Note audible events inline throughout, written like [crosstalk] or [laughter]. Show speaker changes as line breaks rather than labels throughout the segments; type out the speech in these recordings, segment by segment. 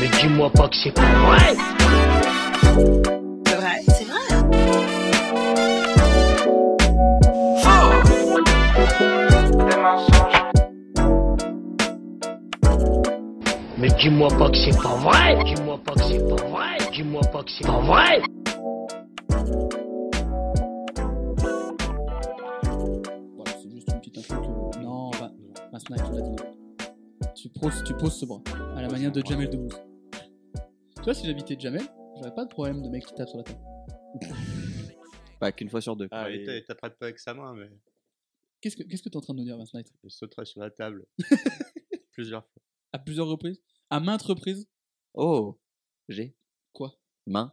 mais dis-moi pas que c'est pas vrai.
C'est vrai. C'est vrai.
Mais dis-moi pas que c'est pas vrai. Dis-moi pas que c'est pas vrai. Dis-moi pas que c'est pas vrai.
Voilà, c'est juste une petite info que. Non, bah, va, va snipe, tu l'as dit. non. Tu poses, tu poses ce bras, à la manière de Jamel Debbouze. Tu vois, si j'habitais Jamel, j'aurais pas de problème de mec qui tape sur la table.
Pas qu'une fois sur deux.
Ah,
Allez.
il t'a- il t'apprête pas avec sa main, mais
Qu'est-ce que qu'est-ce que t'es en train de nous dire, Vincent Knight
il sauterait sur la table plusieurs fois.
À plusieurs reprises À maintes reprises
Oh J'ai.
Quoi
Main.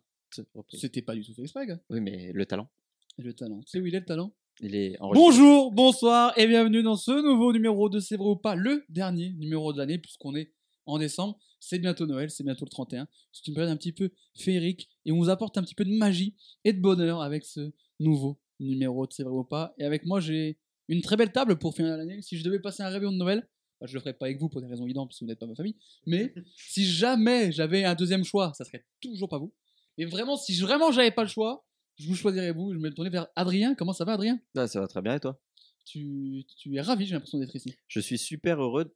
reprise.
C'était pas du tout fait exprès, gars.
Oui, mais le talent.
Le talent. Tu sais où il est le talent
Il est enregistré.
Bonjour, bonsoir et bienvenue dans ce nouveau numéro de C'est vrai ou pas, le dernier numéro de l'année puisqu'on est en décembre, c'est bientôt Noël, c'est bientôt le 31. C'est une période un petit peu féerique et on vous apporte un petit peu de magie et de bonheur avec ce nouveau numéro de C'est vrai ou pas. Et avec moi, j'ai une très belle table pour finir l'année. Si je devais passer un réveillon de Noël, bah, je le ferais pas avec vous pour des raisons évidentes parce que vous n'êtes pas ma famille, mais si jamais j'avais un deuxième choix, ça serait toujours pas vous. Mais vraiment, si vraiment j'avais pas le choix, je vous choisirais vous, je vais me tourner vers Adrien. Comment ça va Adrien
Ah, ça va très bien et toi
tu, tu es ravi, j'ai l'impression d'être ici.
Je suis super heureux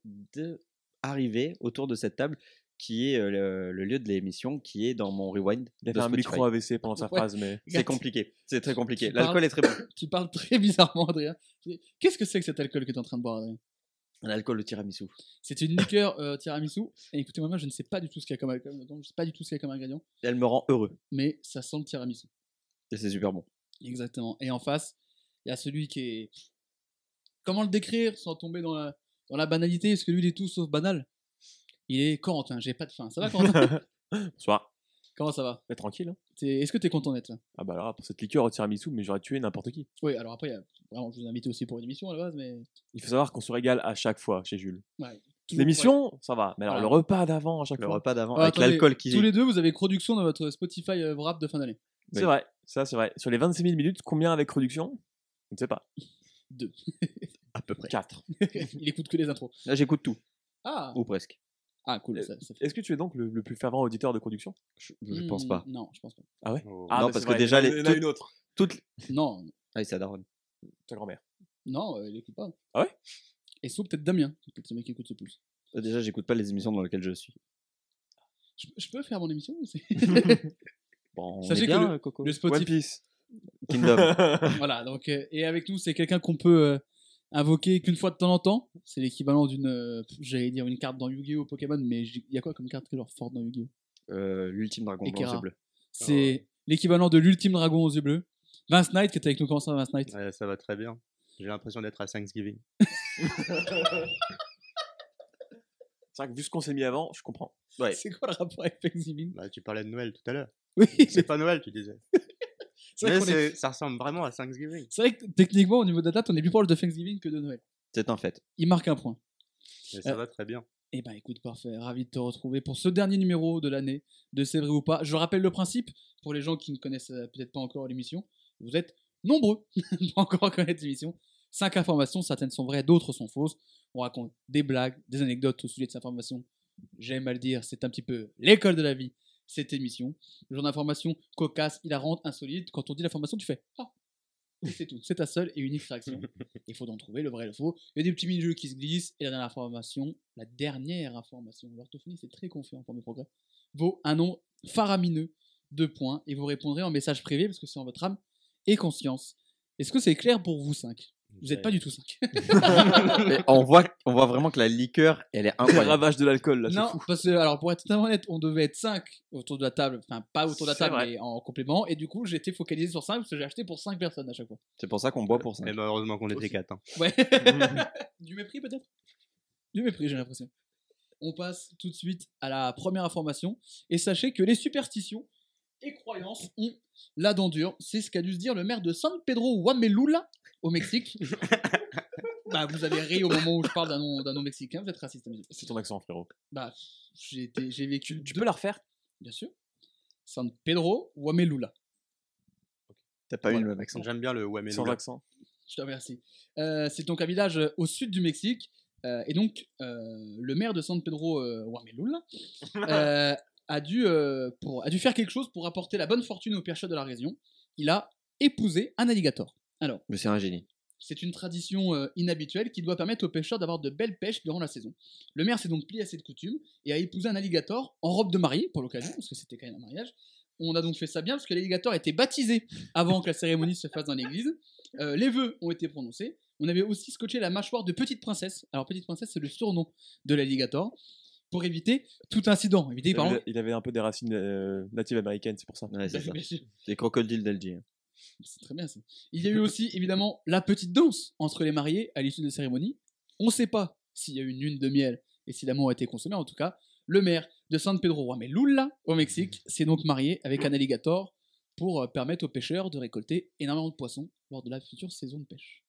d'arriver autour de cette table qui est euh, le, le lieu de l'émission, qui est dans mon rewind.
Il a
de
fait un
Spotify.
micro AVC pendant sa
Ouais.
phrase, mais.
C'est compliqué, c'est très compliqué.
Tu parles-
L'alcool est très bon.
Tu parles très bizarrement, Adrien. Qu'est-ce que c'est que cet alcool que tu es en train de boire, Adrien
[coughs] L'alcool, le tiramisu.
C'est une liqueur euh, tiramisu. Et écoutez-moi, bien, je ne sais pas du tout ce qu'il y a comme alcool dedans, je ne sais pas du tout ce qu'il y a comme ingrédient,
Elle me rend heureux.
mais ça sent le tiramisu.
Et c'est super bon.
Exactement. Et en face, il y a celui qui est. Comment le décrire sans tomber dans la, dans la banalité Parce que lui, il est tout sauf banal. Il est Corentin, j'ai pas de faim. Ça va, Corentin
Bonsoir.
Comment ça va
Mais tranquille. hein.
T'es- Est-ce que tu es content d'être là
Ah bah alors, pour cette liqueur au tiramisu, mais j'aurais tué n'importe qui.
Oui, alors après, il y a- vraiment, je vous ai invité aussi pour une émission à la base, mais.
Il faut savoir qu'on se régale à chaque fois chez Jules.
Ouais, toujours-
L'émission, ça va. Mais alors,
Voilà.
le repas d'avant à chaque
Le
fois.
repas d'avant,
Ah,
avec
attendez,
l'alcool qui.
Tous les deux, vous avez production dans votre Spotify euh, rap de fin
[laughs]
d'année.
C'est
Oui.
vrai. Ça, c'est vrai. Sur les 26 000 minutes, combien avec production Je ne sais pas.
Deux.
À peu près. Quatre.
Il écoute que les intros.
Là, j'écoute tout,
Ah,
ou presque.
ah cool. Ça, ça fait...
Est-ce que tu es donc le, le plus fervent auditeur de production
Je, je pense pas.
Hmm, Non, je pense pas.
Oh.
Non,
bah,
parce
c'est
que
vrai,
déjà,
il y en a-
les-
il y en a
tout-
une autre.
Toutes.
Non,
Ah, oui, c'est la daronne.
Ta grand-mère.
non, euh, il écoute pas.
Ah ouais
Et sauf peut-être Damien, c'est peut-être le mec qui écoute le plus.
Euh, Déjà, j'écoute pas les émissions dans lesquelles je suis.
Je, je peux faire mon émission ou c'est-
Bon, on
Sachez que
est bien, euh, Coco.
Le
One
Spotify.
Piece.
Kingdom.
voilà, donc, euh, et avec nous, c'est quelqu'un qu'on peut euh, invoquer qu'une fois de temps en temps. C'est l'équivalent d'une, euh, j'allais dire une carte dans Yu-Gi-Oh! Pokémon, mais j- il y a quoi comme carte genre forte dans Yu-Gi-Oh!
[laughs] Euh, L'ultime dragon blanc,
Ikea.
c'est bleu.
C'est
Ah.
l'équivalent de l'ultime dragon aux yeux bleus. Vince Knight qui était avec nous quand ça, va, Vince Knight.
Ouais, ça va très bien. J'ai l'impression d'être à Thanksgiving.
C'est vrai que vu ce qu'on s'est mis avant, je comprends.
Ouais.
C'est quoi le rapport avec Thanksgiving
Bah, tu parlais de Noël tout à l'heure.
Oui,
C'est pas Noël, tu disais.
c'est vrai,
Mais
qu'on est-
c'est- ça ressemble vraiment à Thanksgiving.
c'est vrai que techniquement, au niveau de la date, on est plus proche de Thanksgiving que de Noël.
C'est un fait.
Il marque un point.
Mais ça
Euh.
va très bien.
Eh ben écoute, parfait. Ravi de te retrouver pour ce dernier numéro de l'année de C'est vrai ou pas. Je rappelle le principe pour les gens qui ne connaissent euh, peut-être pas encore l'émission. Vous êtes nombreux [laughs] à ne pas encore connaître l'émission. Cinq informations, certaines sont vraies, d'autres sont fausses. On raconte des blagues, des anecdotes au sujet de ces informations. J'aime à le dire, c'est un petit peu l'école de la vie, cette émission. Le genre d'information cocasse, hilarante, insolite. Quand on dit l'information, tu fais Ah Et C'est tout, c'est ta seule et unique réaction. Il faut donc trouver le vrai et le faux. Il y a des petits mini-jeux qui se glissent. Et la dernière information, la dernière information, l'orthophonie, c'est très confiant pour mes progrès, vaut un nombre faramineux de points. Et vous répondrez en message privé parce que c'est en votre âme et conscience. Est-ce que c'est clair pour vous cinq Vous n'êtes pas du tout cinq.
Mais on, voit, on voit vraiment que la liqueur, elle est
Le
incroyable.
ravage de l'alcool, là. c'est
[laughs] Non,
fou.
parce que, alors pour être totalement honnête, on devait être 5 autour de la table, enfin pas autour de la
C'est
table,
vrai.
mais en complément, et du coup j'étais focalisé sur 5 parce que j'ai acheté pour 5 personnes à chaque fois.
C'est pour ça qu'on boit pour ça.
Mais malheureusement bah, qu'on était
Aussi.
quatre. hein.
Ouais.
Mmh.
[laughs] du mépris peut-être Du mépris, j'ai l'impression. On passe tout de suite à la première information, et sachez que les superstitions et croyances ont la dent dure. C'est ce qu'a dû se dire le maire de San Pedro Huamelula au
[laughs]
Mexique. bah vous avez ri au moment où je parle d'un nom, d'un nom mexicain, vous êtes raciste. amusé.
C'est ton accent, frérot.
Bah, j'ai été- j'ai vécu.
Tu peux la refaire
Bien sûr. San Pedro Huamelula.
T'as pas eu le même accent.
J'aime bien le
Sans
Wamelo.
accent.
Je te remercie. Euh, c'est donc un village euh, au sud du Mexique Euh, et donc, euh, le maire de San Pedro euh, Warmelul, euh, a, dû, euh, pour, a dû faire quelque chose pour apporter la bonne fortune aux pêcheurs de la région. Il a épousé un alligator. Alors,
Mais c'est un génie.
c'est une tradition euh, inhabituelle qui doit permettre aux pêcheurs d'avoir de belles pêches durant la saison. Le maire s'est donc plié à cette coutume et a épousé un alligator en robe de mariée pour l'occasion, parce que c'était quand même un mariage. On a donc fait ça bien parce que l'alligator était baptisé avant que la cérémonie se fasse dans l'église. Euh, les vœux ont été prononcés. On avait aussi scotché la mâchoire de Petite Princesse. Alors Petite Princesse, c'est le surnom de l'alligator pour éviter tout incident. Éviter, par exemple-
Il avait un peu des racines euh, natives américaines, c'est pour ça.
Ouais,
[laughs]
c'est ça.
Bien sûr.
Les crocodiles d'Alger. hein.
C'est très bien ça. Il y a eu aussi évidemment la petite danse entre les mariés à l'issue de la cérémonie. On ne sait pas s'il y a eu une lune de miel et si l'amour a été consommé. En tout cas, le maire de San Pedro Lula au Mexique s'est donc marié avec un alligator pour euh, permettre aux pêcheurs de récolter énormément de poissons lors de la future saison de pêche.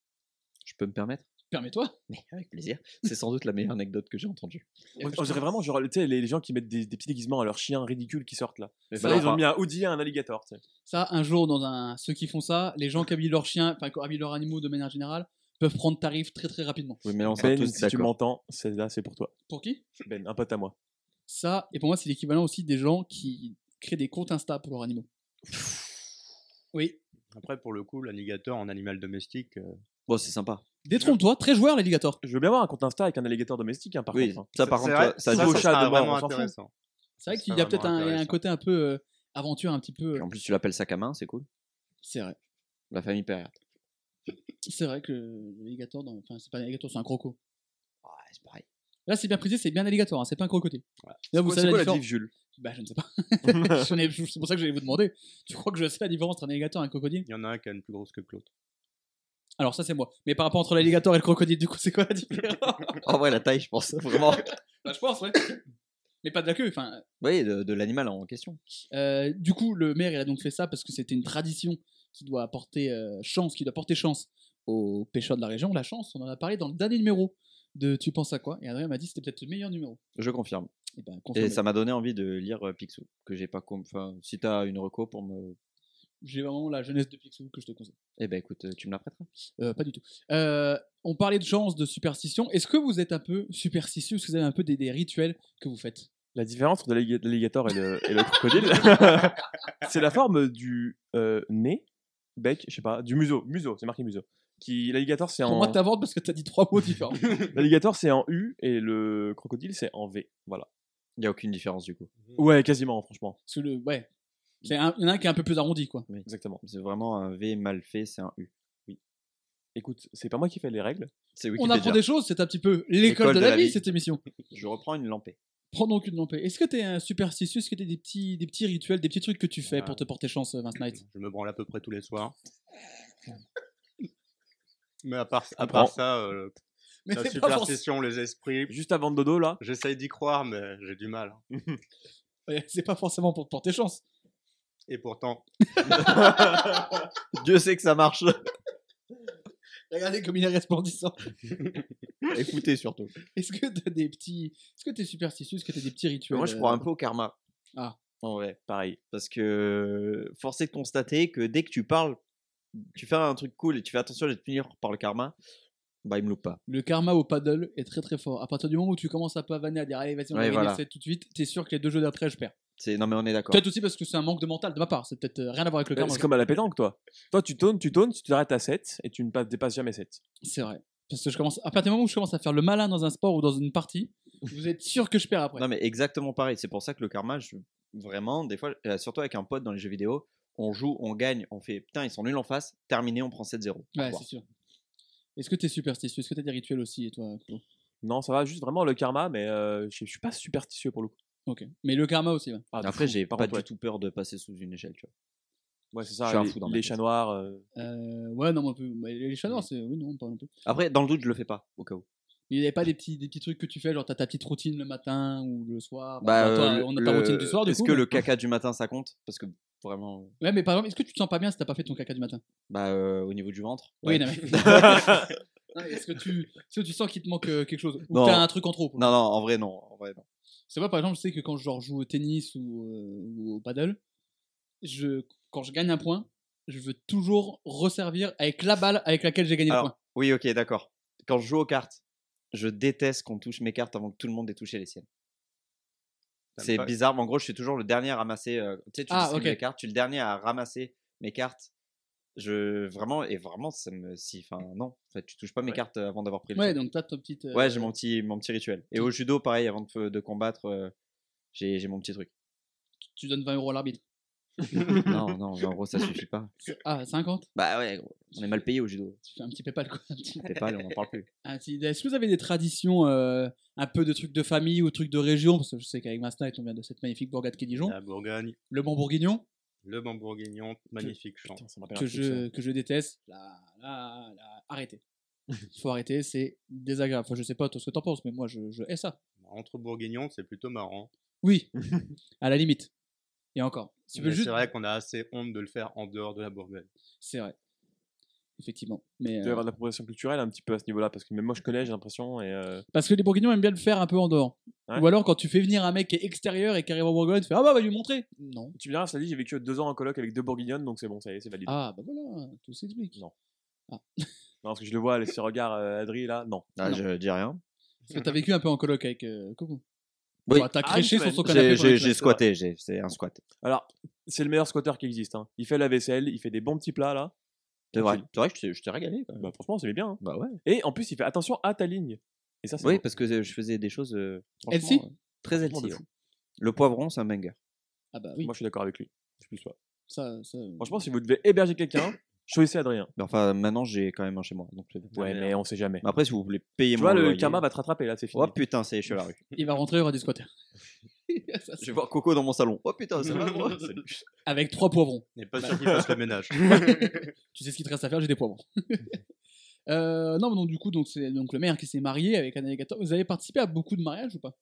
Je peux me permettre
Permets-toi.
Mais avec plaisir. C'est sans doute la meilleure anecdote que j'ai entendue.
On, on dirait vraiment genre, tu sais, les, les gens qui mettent des, des petits déguisements à leurs chiens ridicules qui sortent Bah là.
Mais
Ça,
voilà.
ils ont mis un hoodie à un alligator. tu sais.
Ça, un jour, dans un... ceux qui font ça, les gens qui habillent leurs chiens, enfin qui habillent leurs animaux de manière générale, peuvent prendre tarif très très rapidement.
Oui, mais là, on sera
Ben,
tous
si tu
d'accord.
m'entends, celle-là, c'est pour toi.
Pour qui
Ben, un pote à moi.
Ça, et pour moi, c'est l'équivalent aussi des gens qui créent des comptes Insta pour leurs animaux. Oui.
Après, pour le coup, l'alligator en animal domestique, euh,
Bon, c'est sympa.
Détrompe-toi, très joueur l'alligator.
Je veux bien voir un compte Insta avec un alligator domestique, hein, par
oui,
contre. hein.
ça, par
c'est
contre,
vrai,
toi, ça,
ça,
joue au
ça
chat.
chat
sera
de mort,
vraiment
on s'en fout.
intéressant.
C'est vrai
Ça,
qu'il y
c'est
a peut-être
vraiment
un, un
intéressant.
côté un peu euh, aventure, un petit peu. euh,
En plus, tu l'appelles sac à main, c'est cool.
C'est vrai.
La famille Perrier.
C'est vrai que l'alligator, dans- enfin, c'est pas un alligator, c'est un croco.
Ouais, c'est pareil.
Là, c'est bien précisé, c'est bien un alligator, hein, c'est pas un crocodile. Là, vous
C'est
savez
quoi
la
la diff,
différence.
Jules
Bah, je ne sais pas. [laughs] J'en ai- c'est pour ça que j'allais vous demander. Tu crois que je sais la différence entre un alligator et un crocodile
Il y en a un qui a une plus grosse que que l'autre.
Alors, ça, c'est moi. Mais par rapport entre l'alligator et le crocodile, du coup, c'est quoi la différence
En vrai, la taille, je pense. [laughs] Vraiment.
Bah, je pense, ouais. Mais pas de la queue, enfin,
Oui, de, de l'animal en question.
Euh, du coup, le maire, il a donc fait ça parce que c'était une tradition qui doit apporter euh, chance, qui doit porter chance aux pêcheurs de la région. La chance, on en a parlé dans le dernier numéro de Tu penses à quoi Et Adrien m'a dit que c'était peut-être le meilleur numéro.
Je confirme.
Et ben,
Et
confirmé.
ça m'a donné envie de lire euh, Picsou, que j'ai pas. com- Enfin, si t'as une reco pour me.
J'ai vraiment la jeunesse de Picsou que je te conseille.
Eh ben, écoute, euh, tu me la prêteras.
Euh, pas du tout. Euh, on parlait de chance, de superstition. Est-ce que vous êtes un peu superstitieux Est-ce que vous avez un peu des, des rituels que vous faites
La différence entre l'allig- l'alligator et le, et le
[laughs]
crocodile, [laughs] c'est la forme du euh, nez, bec, je sais pas, du museau. Museau, c'est marqué museau. Qui l'alligator c'est
Pour moi,
en
t'inventes parce que t'as dit trois mots [laughs] différents.
l'alligator c'est en U et le crocodile c'est en V. Voilà.
Il y a aucune différence du coup.
Hmm.
Ouais, quasiment, franchement.
Parce que le, ouais. C'est un- Il y en a un qui est un peu plus arrondi, quoi.
Exactement.
C'est vraiment un V mal fait, c'est un U.
Écoute, c'est pas moi qui fais les règles.
C'est
On
Wikipédia.
apprend des choses, c'est un petit peu l'école de, la vie, cette émission.
Je reprends une lampée.
Prends donc une lampée. Est-ce que t'es un superstitieux Est-ce que t'es des petits, des petits rituels, des petits trucs que tu fais
Ouais.
pour te porter chance, euh, Vince Knight
Je me branle à peu près tous les soirs. Mais à part, à
comprends.
part ça, euh,
Mais
la
c'est pas forcément-
superstition, les esprits,
Juste avant le dodo là,
j'essaye d'y croire, mais j'ai du mal. hein.
Ouais, c'est pas forcément pour te porter chance.
Et pourtant,
[laughs] Dieu sait que ça marche.
Regardez comme il est resplendissant.
[laughs]
[laughs]
Écoutez surtout.
Est-ce que t'as des petits. Est-ce que t'es superstitieux Est-ce que t'as des petits rituels
Moi, je
euh,
crois un peu au karma.
Ah.
En vrai.
pareil.
Parce que force est de constater que dès que tu parles, tu fais un truc cool et tu fais attention à te punir par le karma, bah il me loupe pas.
Le karma au paddle est très très fort. À partir du moment où tu commences à pavaner, à dire allez, vas-y, on
Ouais,
va gagner
voilà.
ça tout de suite, t'es sûr que les deux jeux d'après, je perds.
C'est non mais on est d'accord.
Peut-être aussi parce que c'est un manque de mental de ma part. C'est peut-être euh, rien à voir avec le
Euh,
karma.
C'est comme à la pétanque toi. Toi tu tournes, tu tournes, tu t'arrêtes à 7 et tu ne pas- dépasses jamais 7.
C'est vrai. Parce que je commence. À partir du moment où je commence à faire le malin dans un sport ou dans une partie, vous êtes sûr que je perds après.
Non mais exactement pareil. C'est pour ça que le karma, je- vraiment, des fois, euh, surtout avec un pote dans les jeux vidéo, on joue, on gagne, on fait putain ils sont nuls en face, terminé, on prend 7-0. Au
Ouais,
revoir.
c'est sûr. Est-ce que t'es superstitieux Est-ce que t'as des rituels aussi, et toi Flo
Non, ça va juste vraiment le karma mais euh, je je suis pas superstitieux pour le coup.
Ok. Mais le karma aussi, ouais.
Ah, de
Après
fou.
j'ai pas
Par contre,
du tout peur de passer sous une échelle. Tu vois.
Ouais, c'est
Je
ça.
suis un
les,
fou dans ma
les
tête.
chats noirs. euh,
Euh, ouais, non, mais un peu. mais Les chats noirs, c'est. Oui, non, pas non plus.
Après dans le doute je le fais pas au cas où.
Mais il n'y avait pas des petits, des petits trucs que tu fais, genre t'as ta petite routine le matin ou le soir Enfin,
Bah,
Ah, toi,
euh,
on a ta
le-
routine du soir, du
Est-ce
coup.
que
mais- [laughs]
le caca du matin ça compte Parce que vraiment,
Ouais, mais par exemple, est-ce que tu te sens pas bien si t'as pas fait ton caca du matin
bah euh, au niveau du ventre.
Oui,
ouais. [laughs]
non, mais. [laughs] Non, mais Est-ce que, tu... est-ce que tu sens qu'il te manque euh, quelque chose Ou que
Non.
t'as un truc en trop pour le
non non en vrai non en vrai non.
C'est pas, par exemple, je sais que quand je genre, joue au tennis ou, euh, ou au paddle, je, quand je gagne un point, je veux toujours resservir avec la balle avec laquelle j'ai gagné
Alors,
le point.
Oui, ok, d'accord. Quand je joue aux cartes, je déteste qu'on touche mes cartes avant que tout le monde ait touché les siennes.
T'aimes
C'est
pas-
bizarre, mais en gros, je suis toujours le dernier à ramasser. euh, tu sais, tu
Ah,
distribues
ok.
les cartes, tu es le dernier à ramasser mes cartes. Je vraiment et vraiment, ça me si, enfin non, en fait, tu touches pas mes
Ouais.
cartes euh, avant d'avoir pris le
Ouais,
temps.
donc toi, ton petite. euh,
Ouais, j'ai mon petit mon petit rituel. Et
tu-
au judo, pareil, avant de, de combattre, euh, j'ai j'ai mon petit truc.
Tu donnes 20 euros à l'arbitre.
non, non, en gros, ça suffit pas.
Ah, 50
Bah ouais, gros, on est mal payé au judo.
Tu fais un petit PayPal, quoi. un
[laughs]
petit-
T'es pas, on en parle plus.
un petit- Est-ce que vous avez des traditions, euh, un peu de trucs de famille ou trucs de région Parce que je sais qu'avec ma Night, on vient de cette magnifique bourgade qui est
Ah
Dijon.
La Bourgogne,
Le bon bourguignon,
le Bambourguignon, magnifique champ.
Putain, ça me rappelle
que
un truc, ça.
je, que je déteste. Là, là, là,
[laughs]
arrêtez. Il faut arrêter, c'est désagréable. Enfin, je sais pas toi ce que t'en penses, mais moi, je, je hais ça.
Entre Bourguignons, c'est plutôt marrant.
Oui, à la limite. Et encore. Tu peux
Mais
juste-
C'est vrai qu'on a assez honte de le faire en dehors de la Bourgogne.
C'est vrai. Effectivement. Mais,
Il
euh,
doit y avoir de l'appropriation culturelle un petit peu à ce niveau-là, parce que même moi je connais, j'ai l'impression. Et euh,
Parce que les Bourguignons aiment bien le faire un peu en dehors.
Ouais.
Ou alors quand tu fais venir un mec qui est extérieur et qui arrive en Bourgogne, tu fais Ah bah, va lui montrer Non.
tu me diras, ça dit, j'ai vécu deux ans en coloc avec deux bourguignonnes, donc c'est bon, ça y est, c'est valide.
Ah bah voilà, tout s'explique.
Non. Non, parce que je le vois, les ses regards, euh, Adri, là, [laughs] non.
Ah,
Non.
je dis rien.
Parce que t'as vécu un peu en coloc avec euh, Coco.
Oui.
Enfin, t'as
Ah,
créché
une
sur son
semaine.
canapé.
J'ai-
pendant
J'ai
que-
j'ai squatté, j'ai- c'est un squat.
Alors, c'est le meilleur squatter qui existe. hein. Il fait la vaisselle, il fait des bons petits plats, là.
C'est vrai,
Tranquille.
c'est vrai que je t'ai- je t'ai régalé. Quand même.
Bah, franchement, c'est bien. hein.
Bah ouais.
Et en plus, il fait attention à ta ligne. Et ça, c'est
Oui,
bon.
parce que euh, je faisais des choses euh, franchement,
Healthy
euh, très
Franchement, de
healthy.
fou.
ouais. Le poivron, c'est un banger.
Ah bah oui,
Moi, je suis d'accord avec lui. Je suis plus toi.
ça, ça-
Franchement, si vous devez héberger quelqu'un, choisissez Adrien.
Mais enfin, maintenant, j'ai quand même un chez moi. Donc, c'est bien.
Ouais, mais euh, on sait jamais.
hein. Mais après, si vous voulez payer
Tu
mon
vois, le
loyer-
karma va te rattraper, là, c'est fini.
Oh putain, ça y est, je suis à la rue.
il va rentrer, il y aura des squatters. [laughs] Ça,
Je
c'est-
vais voir Coco dans mon salon. Oh putain, ça va, [laughs] gros
Salut.
avec trois poivrons.
N'est pas sûr qu'il fasse le ménage.
Tu sais ce qu'il te reste à faire, j'ai des poivrons. [laughs] Euh, non, mais donc du coup, donc c'est donc le maire qui s'est marié avec un alligator. Vous avez participé à beaucoup de mariages ou pas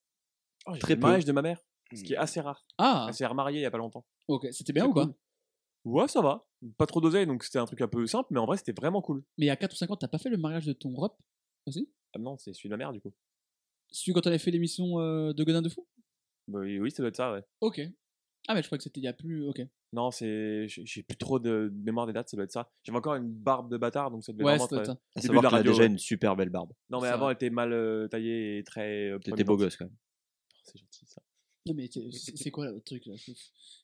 Oh, j'ai
Très
fait le
peu.
mariage de ma mère, ce qui est assez rare.
Ah,
Elle s'est remariée il y a pas longtemps.
ok, c'était bien
C'est
ou pas
cool. Ouais, ça va. Pas trop dosé, donc c'était un truc un peu simple, mais en vrai, c'était vraiment cool.
Mais à 4 ou 5 ans, t'as pas fait le mariage de ton rep aussi
Ah non, c'est celui de ma mère, du coup.
Celui quand on avait fait l'émission euh, de Godin de Fou
Bah oui, oui, ça doit être ça, ouais.
Ok. Ah, mais je crois que c'était il y a plus. Ok.
Non, c'est. J'ai j'ai plus trop de de mémoire des dates, ça doit être ça. J'avais encore une barbe de bâtard, donc ça devait
Ouais,
vraiment
c'est
être.
ça.
À
Début
savoir
de la
qu'il a
radio,
déjà
ouais.
une super belle barbe.
Non, mais
C'est
avant,
vrai.
elle était mal euh, taillée et très. euh,
T'étais beau
proéminente.
gosse quand même.
C'est gentil, ça.
Non, mais t'es- c'est c'est quoi là, votre truc là C'est-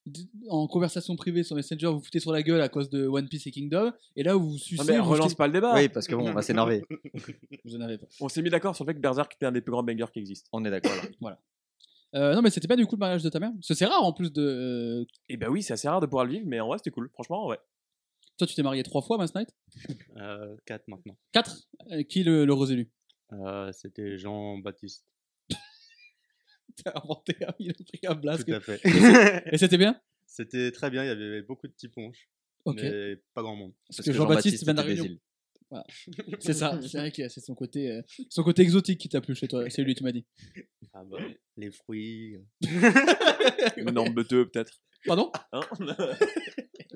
D- En conversation privée sur Messenger, vous vous foutez sur la gueule à cause de One Piece et Kingdom, et là, vous vous sucez.
Non, mais
vous
relance
jetez-
pas le débat.
Oui, parce que [laughs] bon, on va s'énerver.
Vous en avez pas.
On s'est mis d'accord sur le fait que Berserk était un des plus grands bangers qui existe.
On est d'accord. là.
Euh, non, mais c'était pas du coup le mariage de ta mère Parce que c'est rare en plus de. euh,
Et bah oui, c'est assez rare de pouvoir le vivre, mais en vrai, c'était cool. Franchement, ouais.
Toi, tu t'es marié trois fois, Mass Night
Euh, 4 maintenant.
4 Qui le, le réélu
Euh, C'était Jean-Baptiste.
[laughs] T'as inventé un, il a pris un blast.
Tout à fait. [laughs]
Et c'était bien
C'était très bien, il y avait beaucoup de petits ponches,
Ok.
[laughs] mais pas grand monde.
Parce que Jean-Baptiste, il vient de la
était
Réunion.
des îles.
C'est ça, [laughs] c'est vrai que c'est son côté, euh, son côté exotique qui t'a plu chez toi. C'est lui, tu m'as dit.
Ah bah, les fruits. euh,
Une norme de deux, peut-être.
Pardon
[laughs] Hein
[laughs]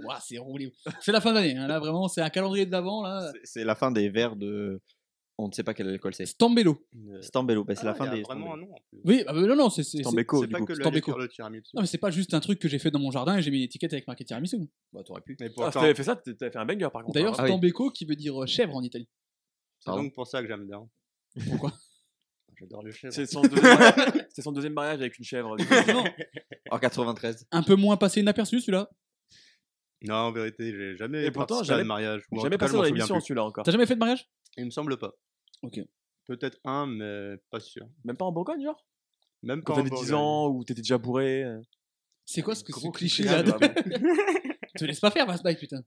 Ouah, c'est roulé. C'est la fin d'année. hein, Là, vraiment, c'est un calendrier de l'avant. Là.
C'est- C'est la fin des verres de. On ne sait pas quel alcool c'est.
Stambello.
euh,
Stambello. bah, c'est la
ah,
fin
il y a
des.
vraiment un
Stambello.
nom en plus.
Oui, ah bah non, non, c'est. c'est- c'est-
Stambello. Stambeco,
C'est
du
pas
coup.
que le lait
Stambeco.
sur le tiramisu.
Non, mais c'est pas juste un truc que j'ai fait dans mon jardin et j'ai mis une étiquette avec marqué tiramisu.
Bah, t'aurais pu.
Mais
Ah, si
pourtant,
t'avais fait ça, t'- t'avais fait un banger par contre.
D'ailleurs,
hein.
Ah oui.
Stambeco qui veut dire euh, chèvre en Italie.
c'est donc pour ça que j'aime bien. Ah,
Pourquoi
J'adore le chèvre.
c'est
[laughs]
son, deuxième mariage- c'est son deuxième mariage avec une chèvre. du coup.
Non,
En 93.
un peu moins passé inaperçu celui-là.
Non, en vérité, j'ai jamais
Et pourtant,
participé à un
jamais-
mariage. ou en
Jamais
tout cas,
passé
je m'en
dans
souviens
l'émission
plus.
celui-là encore.
T'as jamais fait de mariage
Il me semble pas.
Ok.
Peut-être un, mais pas sûr.
Même pas en Bourgogne, genre
Même
Quand
quand
t'avais 10 ans ou t'étais déjà bourré. euh.
C'est quoi ce, que- ce
Gros
cliché
cliché,
là de- [laughs]
là, vraiment.
Te laisse pas faire, Masby, putain.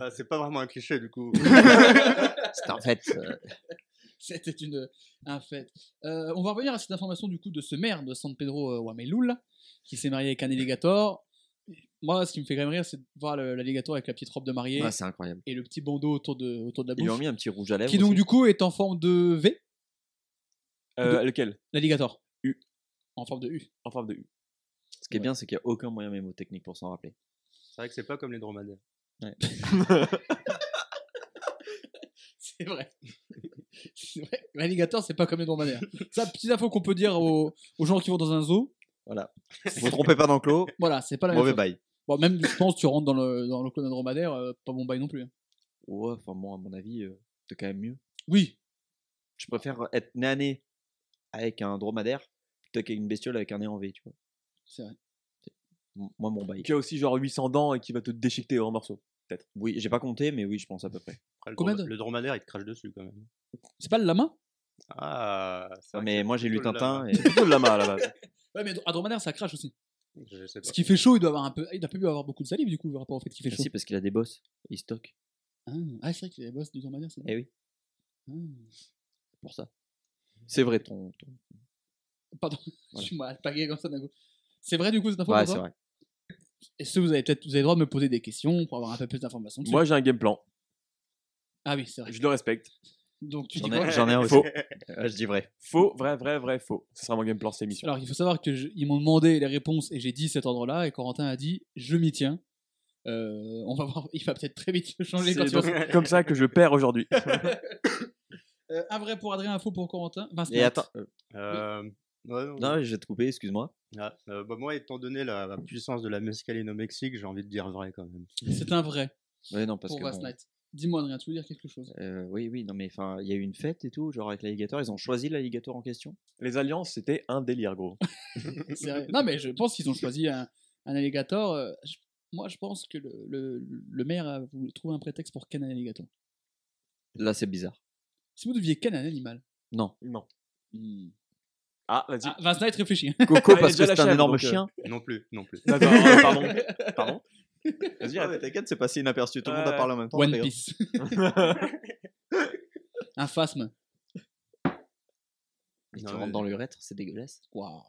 Ah, c'est pas vraiment un cliché du coup.
C'est en fait. euh,
[laughs] C'était une, un fait. Euh, on va revenir à cette information du coup de ce maire de San Pedro euh, Guamelul, qui s'est marié avec un alligator. Moi, ce qui me fait quand même rire, c'est de voir le- l'alligator avec la petite robe de mariée
ah, c'est incroyable.
et le petit bandeau autour de, autour de la
Ils lui ont
bouche,
mis un petit rouge à lèvres.
qui donc
aussi.
du coup est en forme de V,
Euh, lequel
l'alligator.
U.
En forme de U. [laughs]
En forme de U.
Ce qui est bien, c'est qu'il n'y a aucun moyen mémotechnique pour s'en [laughs] rappeler.
C'est vrai que c'est pas comme les dromadaires.
C'est vrai. C'est vrai. L'alligator, c'est pas comme les dromadaires. Ça, petite info qu'on peut dire aux, aux gens qui vont dans un zoo.
Vous trompez pas dans le clos,
Voilà, c'est pas la même
mauvais
chose.
bail.
Bon, même, je pense, tu rentres dans le, dans le clone d'un dromadaire, euh, pas bon bail non plus. hein.
Ouais, enfin bon, à mon avis, euh, c'est quand même mieux.
Oui.
Je préfère être nez à nez avec un dromadaire plutôt qu'avec une bestiole avec un nez en V, tu vois.
C'est vrai.
M- Moi, mon bail.
Qui a aussi genre 800 dents et qui va te déchiqueter en morceaux.
Oui, j'ai pas compté, mais oui, je pense à peu près.
Après, le,
Combien
droma-
de-
le dromadaire, il te crache dessus quand même.
C'est pas le lama
Ah, c'est vrai
mais
que
moi, j'ai lu
plutôt le
Tintin.
lama.
Et...
C'est plutôt le lama à
[laughs]
la base.
Ouais, mais un dromadaire ça crache aussi.
Je sais pas.
Ce qui fait chaud, il doit avoir un peu, il doit plus avoir beaucoup de salive du coup, par rapport au fait qu'il fait
Ah,
chaud.
si, parce qu'il a des bosses. Il stocke.
Ah, ah, c'est vrai que les boss du dromadaire, c'est.
Eh oui,
Ah.
pour ça. C'est vrai, ton. ton-
Pardon, je
Voilà.
suis mal pagué comme ça d'un coup. C'est vrai du coup cette info
Ouais,
pour
c'est
toi
vrai.
Est-ce que vous avez peut-être vous avez le droit de me poser des questions pour avoir un peu plus d'informations dessus
Moi j'ai un game plan.
Ah oui, c'est vrai.
Je le respecte.
Donc tu dis
J'en
quoi
ai, j'en ai un aussi.
Faux.
Ah, je dis vrai.
Faux, vrai, vrai, vrai, faux. Ce sera mon game plan cette émission.
Alors, il faut savoir qu'ils m'ont demandé les réponses et j'ai dit cet ordre-là. Et Corentin a dit Je m'y tiens. Euh, on va voir, il va peut-être très vite changer quand
C'est
tu vas-
donc comme ça que je perds aujourd'hui.
[laughs] Euh, Un vrai pour Adrien, un faux pour Corentin. Vince
Et
Mott.
attends. euh,
Euh, ouais, non,
non, je vais te couper, excuse-moi.
Ah, euh, bah, moi, étant donné la, la puissance de la mescaline au Mexique, j'ai envie de dire vrai quand même.
C'est un vrai
Ouais, non, parce
pour
que.
Vince
bon,
Knight. Dis-moi, Adrien, tu veux dire quelque chose
euh, oui, oui, non, mais enfin, il y a eu une fête et tout, genre avec l'alligator. Ils ont choisi l'alligator en question.
Les alliances c'était un délire gros.
Ah. C'est vrai. Non, mais je pense qu'ils ont choisi un, un alligator. euh, je- moi, je pense que le, le, le maire a voulu trouver un prétexte pour canne un alligator.
Là, c'est bizarre.
Si vous deviez canne un animal.
Non.
Non. Ah vas-y.
Ah, Vince Knight réfléchit.
Coco,
Ouais,
parce
déjà
que
la
c'est un
chèvre,
énorme
donc, euh,
chien.
Non plus, non plus. [laughs]
Ah.
Attends, euh, pardon. Pardon. Vas-y.
Ouais, mais T'inquiète, c'est passé inaperçu. Tout le monde a
Euh,
Ouais.
parlé en même temps.
One
d'ailleurs.
Piece. [laughs] un phasme.
Et tu
Non,
rentres
mais-
dans l'urètre, c'est dégueulasse.
Waouh.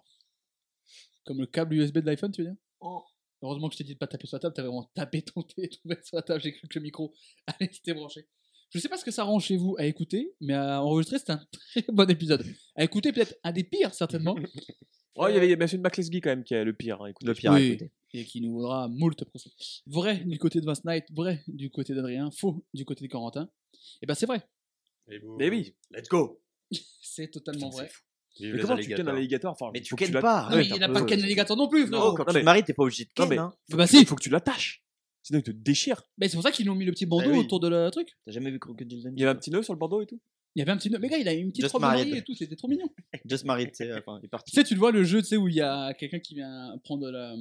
Comme le câble USB de l'iPhone, tu veux dire Heureusement que je t'ai dit de pas taper sur la table, t'as vraiment tapé ton [laughs] thé ton verre sur la table, j'ai cru que le micro [laughs] allait s'était branché. Je sais pas ce que ça rend chez vous à écouter, mais à enregistrer, c'était un [laughs] très bon épisode. À écouter, peut-être un des pires, certainement,
Oh, il y avait Mathieu McLesby quand même qui est le pire. hein, écoute.
Le pire
Oui.
à écouter.
et qui nous vaudra moult procès. Vrai du côté de Vince Knight, vrai du côté d'Adrien, faux du côté de Corentin. Et ben c'est vrai,
Et vous-
Mais oui.
Let's go
c'est totalement vrai.
Vive
Mais
les
comment tu cannes un
alligators.
alligator enfin,
Mais
faut
tu
que
cannes
la-
pas.
Non, mais il n'a pas
euh,
de canne alligator non plus,
Non,
frérot
quand
non,
tu
mais-
te maries, t'es pas obligé de
Non,
ken.
mais-
hein.
Bah, bah si
Faut que tu l'attaches. Sinon il te déchire.
Mais c'est pour ça qu'ils lui ont mis le petit bandeau
Eh oui.
autour de la truc.
T'as jamais vu Crocodile
Il y
Dundee
avait un petit nœud sur le bandeau et tout.
Il y avait un petit. Mais gars, il a une petite
Just
robe de mariée
married.
et tout, c'était trop mignon.
Just Married, tu sais, enfin, il est parti.
Tu sais, tu le vois le jeu, tu sais, où il y a quelqu'un qui vient prendre la,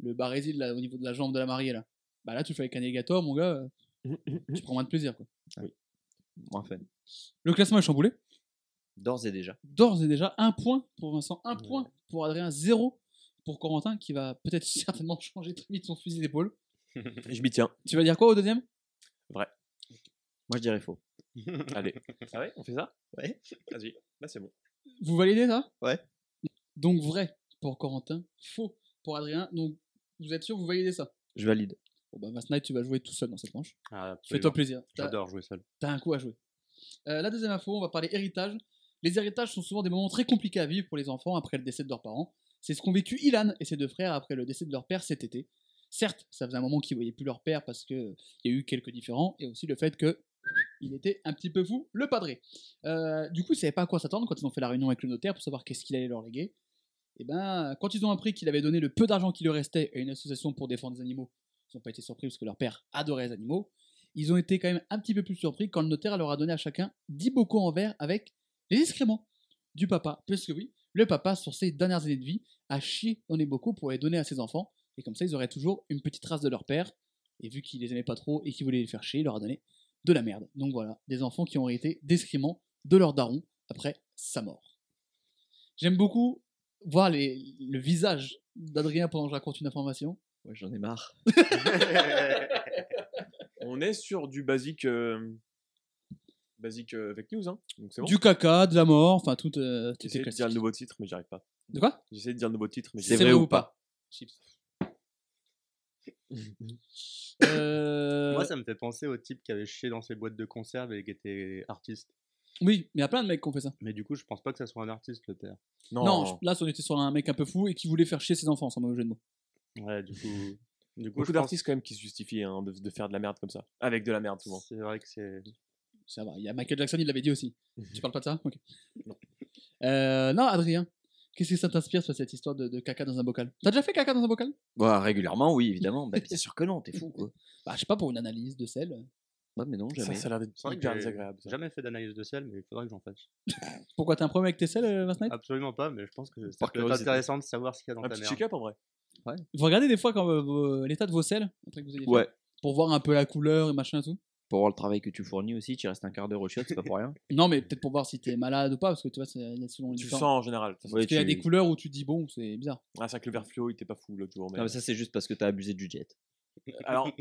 le barésil là, au niveau de la jambe de la mariée, là. Bah là, tu le fais avec un alligator, mon gars, euh, tu prends moins de plaisir, quoi.
Moins fun.
Le classement est chamboulé.
D'ores et déjà.
D'ores et déjà, un point pour Vincent, un
Ouais.
point pour Adrien, zéro pour Corentin, qui va peut-être [laughs] certainement changer très vite son fusil d'épaule.
Je m'y tiens.
Tu vas dire quoi au deuxième
Moi, je dirais faux.
Allez. Ah ouais, on fait ça
Ouais.
Vas-y. Là c'est bon.
Vous validez ça
Ouais.
Donc vrai pour Corentin, faux pour Adrien. Donc vous êtes sûr, vous validez ça
Je valide.
Bon bah Vincent, tu vas jouer tout seul dans cette manche.
Ah, absolument.
Fais-toi plaisir. T'as-
J'adore jouer seul.
T'as un coup à jouer. Euh, la deuxième info, on va parler héritage. Les héritages sont souvent des moments très compliqués à vivre pour les enfants après le décès de leurs parents. C'est ce qu'ont vécu Ilan et ses deux frères après le décès de leur père cet été. Certes, ça faisait un moment qu'ils voyaient plus leur père parce qu'il y a eu quelques différends et aussi le fait que il était un petit peu fou, le padré. Euh, du coup, ils savaient pas à quoi s'attendre quand ils ont fait la réunion avec le notaire pour savoir qu'est-ce qu'il allait leur léguer. Et ben, quand ils ont appris qu'il avait donné le peu d'argent qui lui restait à une association pour défendre les animaux, ils n'ont pas été surpris parce que leur père adorait les animaux ils ont été quand même un petit peu plus surpris quand le notaire leur a donné à chacun 10 bocaux en verre avec les excréments du papa. Parce que oui, le papa, sur ses dernières années de vie, a chié dans les bocaux pour les donner à ses enfants. Et comme ça, ils auraient toujours une petite trace de leur père. Et vu qu'il les aimait pas trop et qu'il voulait les faire chier, il leur a donné de la merde. Donc voilà, des enfants qui ont hérité d'excréments de leur daron après sa mort. J'aime beaucoup voir les- le visage d'Adrien pendant que je raconte une information.
Ouais, j'en ai marre.
On est sur du basique. euh, Basique euh, fake news, hein. Donc c'est bon.
Du caca, de la mort, enfin tout. euh, tout est
J'essaie de
classique.
dire le nouveau titre, mais j'y arrive pas.
De quoi
J'essaie de dire le nouveau titre, mais j'y
C'est
arrive
vrai ou pas
Chips. Euh,
Moi, ça me fait penser au type qui avait chié dans ses boîtes de conserve et qui était artiste.
Oui, mais il y a plein de mecs qui ont fait ça.
Mais du coup, je pense pas que ça soit un artiste, le père.
pas. Non,
Non, je- là, on était sur un mec un peu fou et qui voulait faire chier ses enfants, sans mauvais jeu de mots.
Ouais, du coup. [laughs] Du coup,
beaucoup
je pense-
d'artistes quand même qui se justifient hein, de, de faire de la merde comme ça. Avec de la merde souvent.
C'est vrai que c'est.
Ça va, il y a Michael Jackson, il l'avait dit aussi. tu parles pas de ça
[laughs]
Ok. Euh, non, Adrien, qu'est-ce que ça t'inspire sur cette histoire de, de caca dans un bocal T'as déjà fait caca dans un bocal
Bah, régulièrement, oui, évidemment. Bah, bien sûr que non, t'es fou, quoi.
Bah, je sais pas, pour une analyse de sel.
Ouais, mais non,
Ça,
jamais.
ça a l'air d'être
C'est vrai que
hyper
j'ai-
désagréable. ça.
J'ai jamais fait d'analyse de sel, mais il faudrait que j'en fasse.
Pourquoi t'as un problème avec tes selles, euh, Vincent
Ah.
Knight
Absolument pas, mais je pense que ça
Par
peut être
curiosité.
intéressant de savoir ce qu'il y a dans
Un
ta
petit
merde.
check-up en vrai.
Vous regardez des fois quand, euh, vos- l'état de vos selles après que vous ayez fait,
Ouais.
Pour voir un peu la couleur et machin et tout
Pour voir le travail que tu fournis aussi, tu restes un quart d'heure au shot, c'est pas pour rien.
Non, mais peut-être pour voir si t'es malade ou pas, parce que tu vois, c'est il y a selon les
Tu le
différents-
sens en général. de toute façon.
Ouais,
Parce qu'il y a
tu-
des couleurs où tu dis bon, c'est bizarre.
Ah, c'est vrai que le vert fluo, il était pas fou l'autre jour. Mais...
Non, mais Ah, bah, ça, c'est juste parce que t'as abusé du jet.
[laughs]
Alors,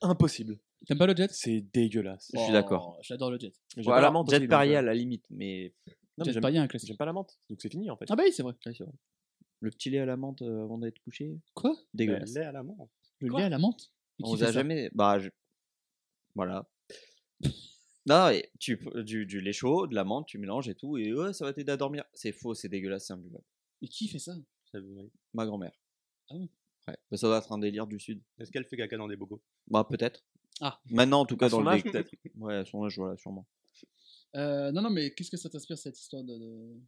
impossible.
T'aimes pas le jet Oh,
C'est dégueulasse.
Je suis d'accord.
J'adore le jet.
J'aime
Ou
pas la
alors,
menthe
jet
aussi, donc,
Paria
euh,
à la limite, mais
non, mais
Jet
j'aime-
pas un classique.
J'aime pas la menthe, donc c'est fini en fait.
Ah bah oui, c'est vrai.
le petit lait à la menthe euh, avant d'être couché,
Quoi
dégueulasse.
Lait à la menthe.
Le
Quoi
lait à la menthe Et qui
On
fait
vous a
ça
jamais. Bah, je- voilà. Non, mais tu, du, du lait chaud, de la menthe, tu mélanges et tout, et ouais, ça va t'aider à dormir. C'est faux, c'est dégueulasse, c'est imbuvable.
Mais qui fait ça
Ça vous-
Ma grand-mère.
Ah bon
Ouais. Bah, ça doit être un délire du sud.
Est-ce qu'elle fait caca dans des bocaux
Bah, peut-être.
Ah.
Maintenant, en tout cas,
À
dans
son
le
âge,
dé-
peut-être.
Ouais, à son âge, voilà, sûrement.
Euh, Non, non, mais qu'est-ce que ça t'inspire cette histoire de, de,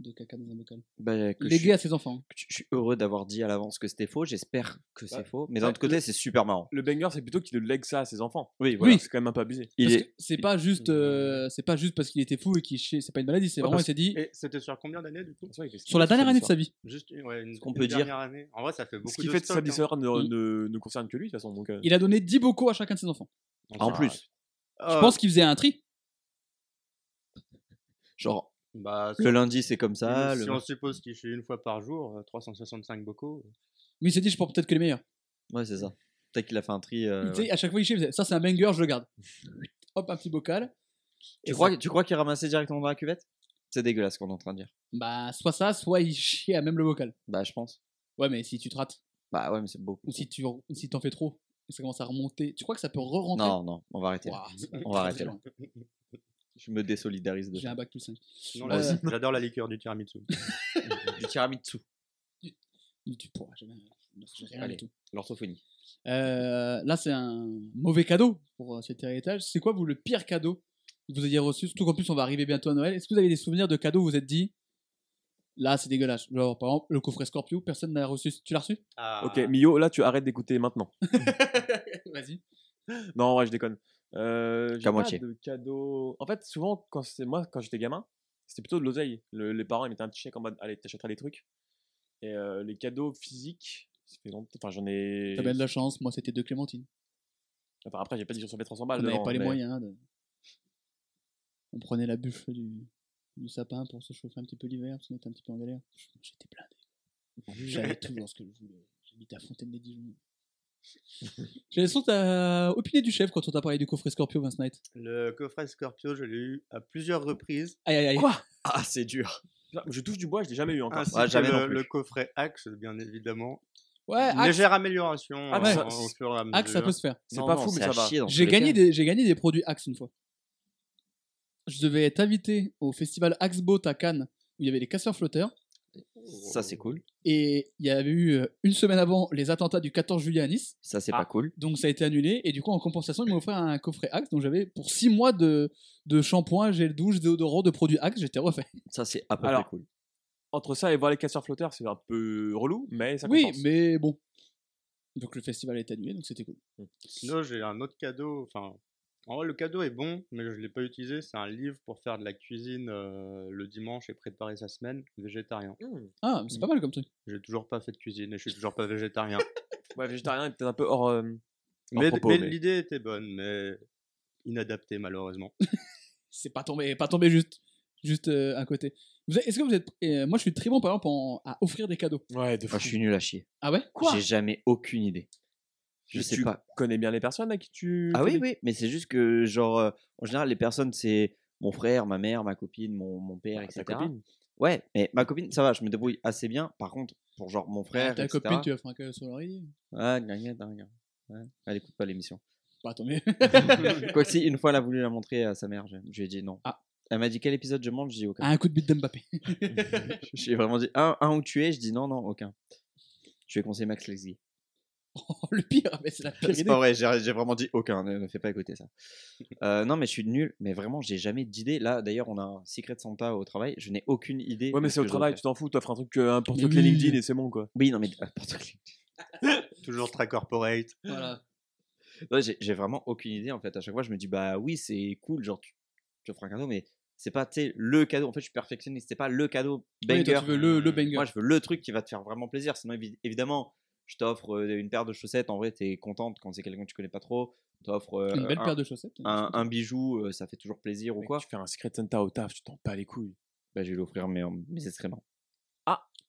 de caca dans un bocal
Bah, que je
Légué
suis-
à ses enfants. hein.
je suis heureux d'avoir dit à l'avance que c'était faux, j'espère que c'est
Bah,
faux, mais d'un
bah,
autre côté,
le-
c'est super marrant.
Le banger, c'est plutôt qu'il lègue ça à ses enfants.
Oui,
Voilà,
Oui.
C'est quand même un peu abusé.
Il
Parce
est...
que c'est pas juste, euh, c'est pas juste parce qu'il était fou et qu'il chiait. C'est pas une maladie. C'est
Ouais,
vraiment, il
parce-
s'est dit
Et c'était sur combien d'années du coup
sur la dernière année de sa vie.
Juste une- ouais, une,
qu'on
une
peut dire.
dernière année. En vrai, ça fait beaucoup
Ce qui
de
fait que sa
stock, hein.
dissonance ne,
Mm.
ne, ne concerne que lui de toute façon. Donc, euh,
Il a donné 10 bocaux à chacun de ses enfants.
Donc,
Ah, en
ça-
plus,
Je
Ah,
pense qu'il faisait un tri.
genre,
bah,
le lundi, c'est comme ça.
si
le-
on suppose qu'il fait une fois par jour, euh, 365 bocaux. euh,
Mais il s'est dit, je prends peut-être que les meilleurs.
Ouais, c'est ça. Peut-être qu'il a fait un tri. euh,
Il- tu sais,
ouais.
À chaque fois, il chiait, il faisait, ça c'est un banger, je le
[laughs]
garde. Hop, un petit bocal.
tu,
Et
crois,
ça-
tu crois qu'il ramassait directement dans la cuvette C'est dégueulasse ce qu'on est en train de dire.
Bah, soit ça, soit il chiait à même le bocal.
Bah, je pense.
Ouais, mais si tu te rates,
Bah, ouais, mais c'est beau.
ou si tu ou si t'en fais trop, et ça commence à remonter, tu crois que ça peut re-rentrer
Non, non, on va arrêter. là.
Ouah, c'est pas-
On va
c'est
arrêter
très
là.
loin.
Je me désolidarise de
J'ai
ça.
un bac plus 5.
Sinon,
Moi
la-
[laughs]
aussi.
j'adore la liqueur du tiramisu.
Du tiramisu.
Tu pourras jamais. j'ai rien
Allez.
du tout.
L'orthophonie.
Euh, là, c'est un mauvais cadeau pour euh, cet héritage. C'est quoi, vous, le pire cadeau que vous ayez reçu Surtout qu'en plus, on va arriver bientôt à Noël. Est-ce que vous avez des souvenirs de cadeaux où vous vous êtes dit Là, c'est dégueulasse. Genre, par exemple, le coffret Scorpio, personne n'a reçu. Tu l'as reçu
Ah,
Ok, Mio, là, tu arrêtes d'écouter maintenant.
Vas-y.
Non, ouais, je déconne. Euh, j'ai
Qu'à
pas
moitié.
de cadeaux. En fait, souvent, quand c'est moi, quand j'étais gamin, c'était plutôt de l'oseille. Le- les parents, ils mettaient un petit chèque en mode, allez, t'achèteras des trucs. Et euh, les cadeaux physiques, ça fait longtemps. Enfin, j'en ai.
T'as bien de la chance. Moi, c'était deux clémentines.
Enfin, après, j'ai pas dit sur 300
on
balles.
n'avait
dedans,
pas les
Ah, mais-
moyens. de- On prenait la bûche du, du sapin pour se chauffer un petit peu l'hiver, parce qu'on était un petit peu en galère. J'étais blindé. En
[laughs]
plus, J'avais tout dans ce que je voulais. J'habitais à Fontaine-les-Dijon. [laughs] J'ai l'impression que t'as opiné du chef quand on t'a parlé du coffret Scorpio, Vince Knight.
Le coffret Scorpio, je l'ai eu à plusieurs reprises.
Aïe, aïe, aïe.
Quoi
Ah, c'est dur.
Putain, Je touche du bois, je l'ai jamais eu encore.
Ainsi
Ah,
que
jamais non
le,
plus.
le coffret Axe, bien évidemment.
ouais,
Une
Axe, Ah,
légère amélioration
Axe,
euh,
ça-
au fur et à mesure.
Axe, ça peut se faire.
C'est pas fou, mais ça va.
J'ai gagné, des, j'ai gagné des produits Axe une fois. Je devais être invité au festival Axe Boat à Cannes, où il y avait les casseurs flotteurs.
Ça, c'est cool.
Et il y avait eu euh, une semaine avant les attentats du 14 juillet à Nice.
Ça, c'est
Ah.
pas cool.
Donc ça a été annulé et du coup en compensation ils m'ont offert un coffret Axe donc j'avais pour 6 mois de, de shampoing, gel douche, déodorant, de produits Axe, j'étais refait.
Ça, c'est à peu
Alors,
près cool.
Entre ça et voir les casseurs flotteurs, c'est un peu relou, mais ça
Oui,
compense.
mais bon. Donc le festival est annulé donc c'était cool.
Sinon, j'ai un autre cadeau. Enfin, en vrai, le cadeau est bon, mais je ne l'ai pas utilisé. C'est un livre pour faire de la cuisine euh, le dimanche et préparer sa semaine végétarien.
Ah,
Mm.
mais c'est pas mal comme truc.
J'ai toujours pas fait de cuisine et je suis toujours pas végétarien.
Ouais, végétarien est peut-être un peu hors. euh, hors
mais
propos,
mais
mais-
l'idée était bonne, mais
[laughs]
inadaptée malheureusement.
C'est pas tombé pas tombé juste juste euh, à côté. Vous êtes- Est-ce que vous êtes euh, moi je suis très bon par exemple en- à offrir des cadeaux.
Ouais, de fou.
Ah, je suis nul à chier.
Ah ouais
J'ai jamais aucune idée. Je
Mais
sais
tu
pas.
connais bien les personnes à qui tu.
Ah
fais
oui,
des-
oui, mais c'est juste que, genre, euh, en général, les personnes, c'est mon frère, ma mère, ma copine, mon, mon père,
Ah, ta
etc.
copine.
Ouais, mais ma copine, ça va, je me débrouille assez bien. Par contre, pour genre mon frère,
ta
etc.
copine tu offres un cadeau sur l'oreiller.
Ah, gna, gna, gna, gna. Ouais, Elle écoute pas l'émission.
Pas tombé.
Quoi que si, une fois, elle a voulu la montrer à sa mère. Je, je lui ai dit non.
Ah.
Elle m'a dit quel épisode je monte, je dis
[laughs]
aucun.
un coup de but d'Mbappé.
[laughs]
[laughs]
J'ai vraiment dit un, un où tu es, je dis non, non, aucun. Je vais conseiller Max Leslie.
Oh, le pire, mais c'est la pire
[laughs] C'est
idée.
pas vrai, j'ai j'ai vraiment dit aucun, ne, ne fais pas écouter ça. [laughs] Euh, non, mais je suis nul, mais vraiment, j'ai jamais d'idée. Là, d'ailleurs, on a un Secret Santa au travail, je n'ai aucune idée.
Ouais, mais
de ce
c'est au
que je
travail,
devrais
tu t'en fous, t'offres un truc, euh, un portrait
Mais
les
oui.
euh,
LinkedIn et c'est bon, quoi.
faire. Oui, non, mais n'importe quoi.
toujours très corporate.
Voilà.
Ouais, j'ai j'ai vraiment aucune idée en fait. À chaque fois, je me dis bah oui, c'est cool, genre tu, tu offres un cadeau, mais c'est pas tu sais, le cadeau. En fait, je suis perfectionniste. C'est pas le cadeau banger.
Oui, toi, tu veux le, le banger.
Moi, je veux le truc qui va te faire vraiment plaisir. Sinon, évi- évidemment, je t'offre euh, une paire de chaussettes. En vrai, t'es contente quand c'est quelqu'un que tu connais pas trop. On T'offre euh,
Une belle
un,
paire de chaussettes.
un- un bijou, euh, ça fait toujours plaisir ou
Mec,
quoi.
Tu fais un Secret Santa au taf, tu t'en pas les couilles.
Bah, je vais lui offrir mes, mes
[laughs]
excréments.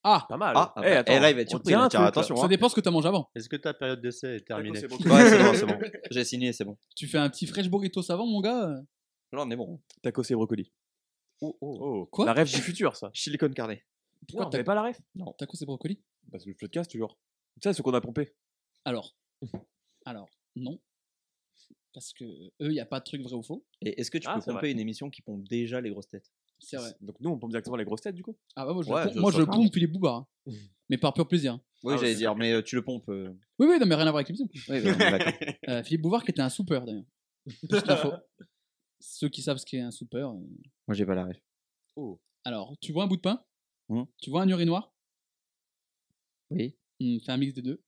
Ah,
Pas mal.
Ah, ah,
Eh,
bah,
attends,
eh, là, il va être
on
surpris,
tient
là,
un
tiens,
truc, là.
attention, hein.
ça dépend ce que t'as mangé avant.
Est-ce que ta période d'essai est terminée
D'accord,
Ouais, Ah, c'est [laughs] bon, c'est bon. J'ai signé, c'est bon.
Tu fais un petit fresh burrito savant, mon gars. euh,
Là, on est bon.
Tacos et brocoli.
Oh, oh.
Oh,
Quoi
La rêve du futur, ça.
Chili con carne.
Pourquoi
Non,
t'as-
t'avais pas la rêve
Non. T'as quoi ces brocolis
Bah, c'est le podcast, toujours. Tu sais, ce qu'on a pompé.
Alors. Alors, non. Parce que euh, eux, il n'y a pas de truc vrai ou faux.
Et est-ce que tu
Ah,
peux
c'est
pomper
vrai.
une émission qui pompe déjà les grosses têtes
C'est vrai.
Donc, nous, on pompe directement les grosses têtes, du coup.
Ah bah moi je,
Ouais,
le pompe.
je-
moi,
ça
je le
craint.
pompe puis les boubards.
[laughs]
hein. Mais par pur plaisir. hein.
Oui,
Ah,
j'allais
ouais.
dire, mais euh, tu le pompes. euh.
Oui, oui, non, mais rien à voir avec l'émission.
Oui, oui, on est d'accord.
Euh, Philippe Bouvard qui était un soupeur d'ailleurs. Petite info. Ceux qui savent ce qu'est un soupeur. euh.
Moi, j'ai pas la ref.
Alors, tu vois un bout de pain
Mhm.
Tu vois un urinoir
Oui.
Hmm, Fais un mix des deux.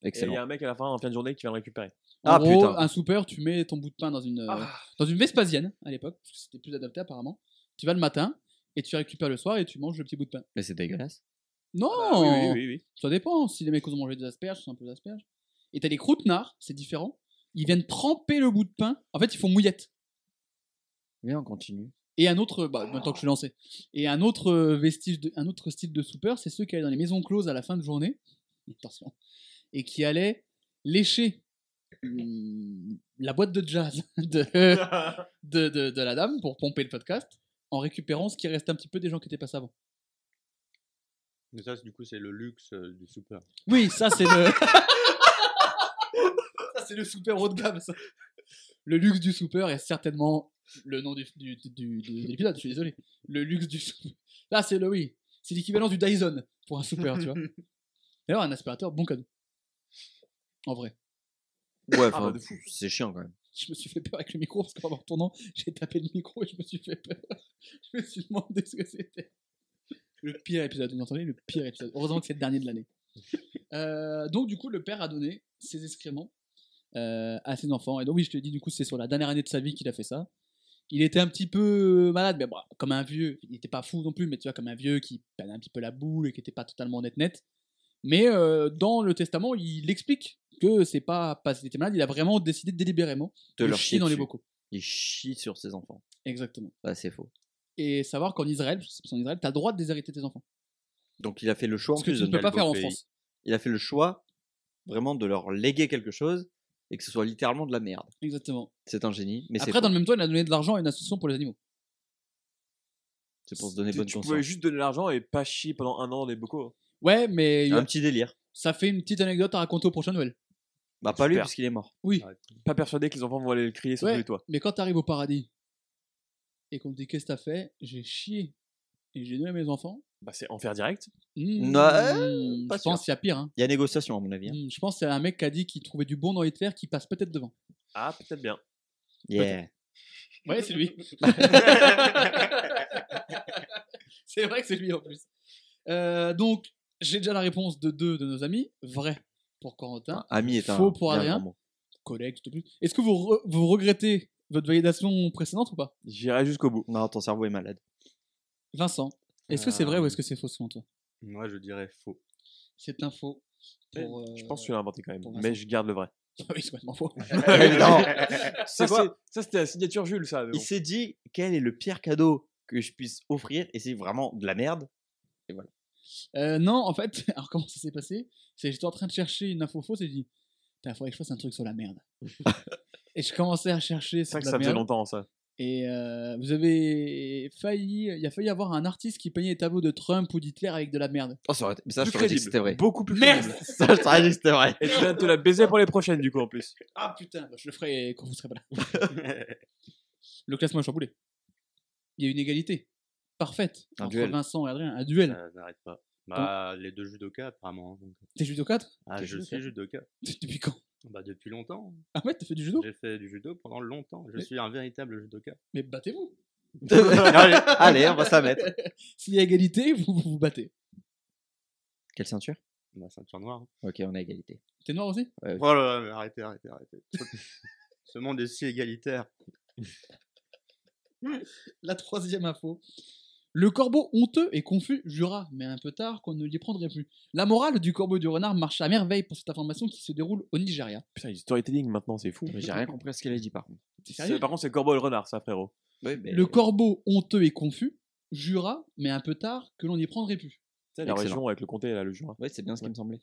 Et il y
Excellent.
a un mec à la fin, en fin de journée, qui vient le récupérer.
En
Ah,
gros,
putain.
un soupeur, tu mets ton bout de pain dans une, euh,
Ah.
dans une Vespasienne à l'époque, parce que c'était plus adapté apparemment. Tu vas le matin et tu récupères le soir et tu manges le petit bout de pain.
Mais c'est dégueulasse.
Non
Ah oui, oui, oui, oui.
Ça dépend. Si les mecs ont mangé des asperges, c'est un peu des asperges. Et t'as les croûtenards, c'est différent. Ils viennent tremper le bout de pain. En fait, ils font mouillette.
Viens, on continue.
Et un autre, bah, maintenant que je suis lancé, et un autre euh, vestige, de- un autre style de soupeur, c'est ceux qui allaient dans les maisons closes à la fin de journée, [laughs] attention, et qui allaient lécher hum, la boîte de jazz [laughs] de, de, de- de la dame pour pomper le podcast, en récupérant ce qui reste un petit peu des gens qui étaient passés avant.
Mais ça, c'est- du coup, c'est le luxe euh, du super.
Oui, ça c'est le... [laughs] ça c'est le soupeur haut de gamme, ça. Le luxe du soupeur est certainement le nom du, du, du- du- de l'épisode, je suis désolé. Le luxe du soupeur. Là, c'est le oui. C'est l'équivalent du Dyson pour un
[laughs]
soupeur, tu vois. D'ailleurs, un aspirateur, bon cadeau. En vrai.
Ouais,
bah,
enfin,
de fou.
c'est chiant quand même.
Je me suis fait peur avec le micro parce qu'en me retournant, j'ai tapé le micro et je me suis fait peur. [laughs] Je me suis demandé ce que c'était. Le pire épisode, vous entendez Le pire épisode. Heureusement que c'est le dernier de l'année. Euh, donc, du coup, le père a donné ses excréments euh, à ses enfants. Et donc, oui, je te dis, du coup, c'est sur la dernière année de sa vie qu'il a fait ça. Il était un petit peu euh, malade, mais bon, comme un vieux. Il n'était pas fou non plus, mais tu vois, comme un vieux qui perdait un petit peu la boule et qui n'était pas totalement net-net. Mais euh, dans le testament, il explique que c'est pas parce qu'il était malade, il a vraiment décidé délibérément
De
le
leur
chie
chier
dans les
dessus.
bocaux.
Il chie sur ses enfants.
Exactement.
Bah, c'est faux.
Et savoir qu'en Israël, parce que c'est en Israël, t'as le droit de déshériter tes enfants.
Donc, il a fait le choix en
Ce que
plus
tu
de
ne peux
ne
pas
pas
faire en
pays.
France.
Il a fait le choix vraiment de leur léguer quelque chose et que ce soit littéralement de la merde.
Exactement.
C'est un génie, mais c'est
Après, dans
faux.
le même temps, il a donné de l'argent à une association pour les animaux.
C'est pour se donner
Tu-
bonne
Tu pouvais
conscience.
juste donner l'argent et pas chier pendant un an des bocaux.
Ouais, mais il-
Un petit délire.
ça fait une petite anecdote à raconter au prochain Noël.
Bah, pas lui,
Super.
puisqu'il est mort.
Oui,
Pas persuadé que les enfants vont aller le crier sur
Ouais.
tous les toits.
mais quand t'arrives au paradis et qu'on te dit qu'est-ce que t'as fait, j'ai chié et j'ai donné à mes enfants.
Bah, c'est enfer direct.
Mmh,
Non,
je
pas
pense qu'il y a pire. hein.
Il y a négociation, à mon avis. hein.
Mmh, je pense qu'il y a un mec qui a dit qu'il trouvait du bon dans Hitler qui passe peut-être devant.
Ah, peut-être bien.
Yeah.
Ouais, c'est [laughs] lui. c'est vrai que c'est lui en plus. Euh, donc, j'ai déjà la réponse de deux de nos amis. Vrai pour Corentin,
Ami est un.
Faux pour
bien
Adrien.
grand mot.
collègue, tout de plus. Est-ce que vous, re- vous regrettez votre validation précédente ou pas
J'irai jusqu'au bout.
Non, ton cerveau est [laughs] malade.
Vincent, est-ce que c'est vrai ou est-ce que c'est faux selon toi
Moi, je dirais faux. [laughs]
C'est un faux. pour, euh,
Je pense que tu l'as inventé quand même.
pour
Mais
Vincent.
je garde le vrai.
euh, [laughs] oui, c'est complètement faux.
[laughs] non. Tu
Ça,
vois-
Ah, c'est- ça, c'était la signature Jules, ça. mais
Il
bon.
s'est dit quel est le pire cadeau que je puisse offrir et c'est vraiment de la merde.
Euh, non, en fait, [laughs] alors comment ça s'est passé C'est que j'étais en train de chercher une info fausse et j'ai dit, il faudrait que je fasse un truc sur la
[laughs]
merde. et je commençais à chercher
C'est
sur
vrai que
la
ça faisait
merde.
longtemps, ça.
Et euh, vous avez failli, il y a failli avoir un artiste qui peignait les tableaux de Trump ou d'Hitler avec de la merde.
Oh, ça aurait été- mais ça,
Plus
je t'aurais dit que
crédible.
c'était vrai. [laughs]
Beaucoup plus
Merde.
crédible.
Ça, je t'aurais dit que c'était vrai.
Et tu viens de te la baiser pour les prochaines, du coup,
[laughs]
en plus.
Ah putain, bah, je le ferai quand vous serez pas là. le classement est chamboulé. Il y a une égalité parfaite
Un
entre
duel. Euh.
Vincent et Adrien, un duel.
Ça n'arrête pas. Bah, les deux judokas, apparemment. hein, donc.
T'es judo 4
Ah,
T'es
je
judoka.
suis judoka.
[laughs] Depuis quand
Bah, depuis longtemps.
Ah ouais, t'as fait du judo
J'ai fait du judo pendant longtemps. Je
Mais-
suis un véritable judoka.
Mais battez-vous.
allez, allez, on va s'en mettre.
[laughs] S'il y a égalité, vous vous, vous battez.
Quelle ceinture
Ma Bah, ceinture noire. hein.
Ok, on a égalité.
T'es noir aussi
Oh là là, mais arrêtez, arrêtez, arrêtez. Ce monde est si égalitaire.
La troisième info. Le corbeau honteux et confus jura, mais un peu tard, qu'on ne l'y prendrait plus. La morale du corbeau et du renard marche à merveille pour cette information qui se déroule au Nigeria.
Putain, il y a du storytelling maintenant, c'est fou.
Mais j'ai rien compris à ce qu'elle a dit par contre.
T'es sérieux
C'est- Par contre, c'est le corbeau et le renard, ça, frérot.
Oui, mais
Le corbeau honteux et confus jura, mais un peu tard, que l'on n'y prendrait plus.
Tu sais, la
Excellent.
région avec le comté, là, le Jura.
Ouais, c'est bien ce qui me semblait.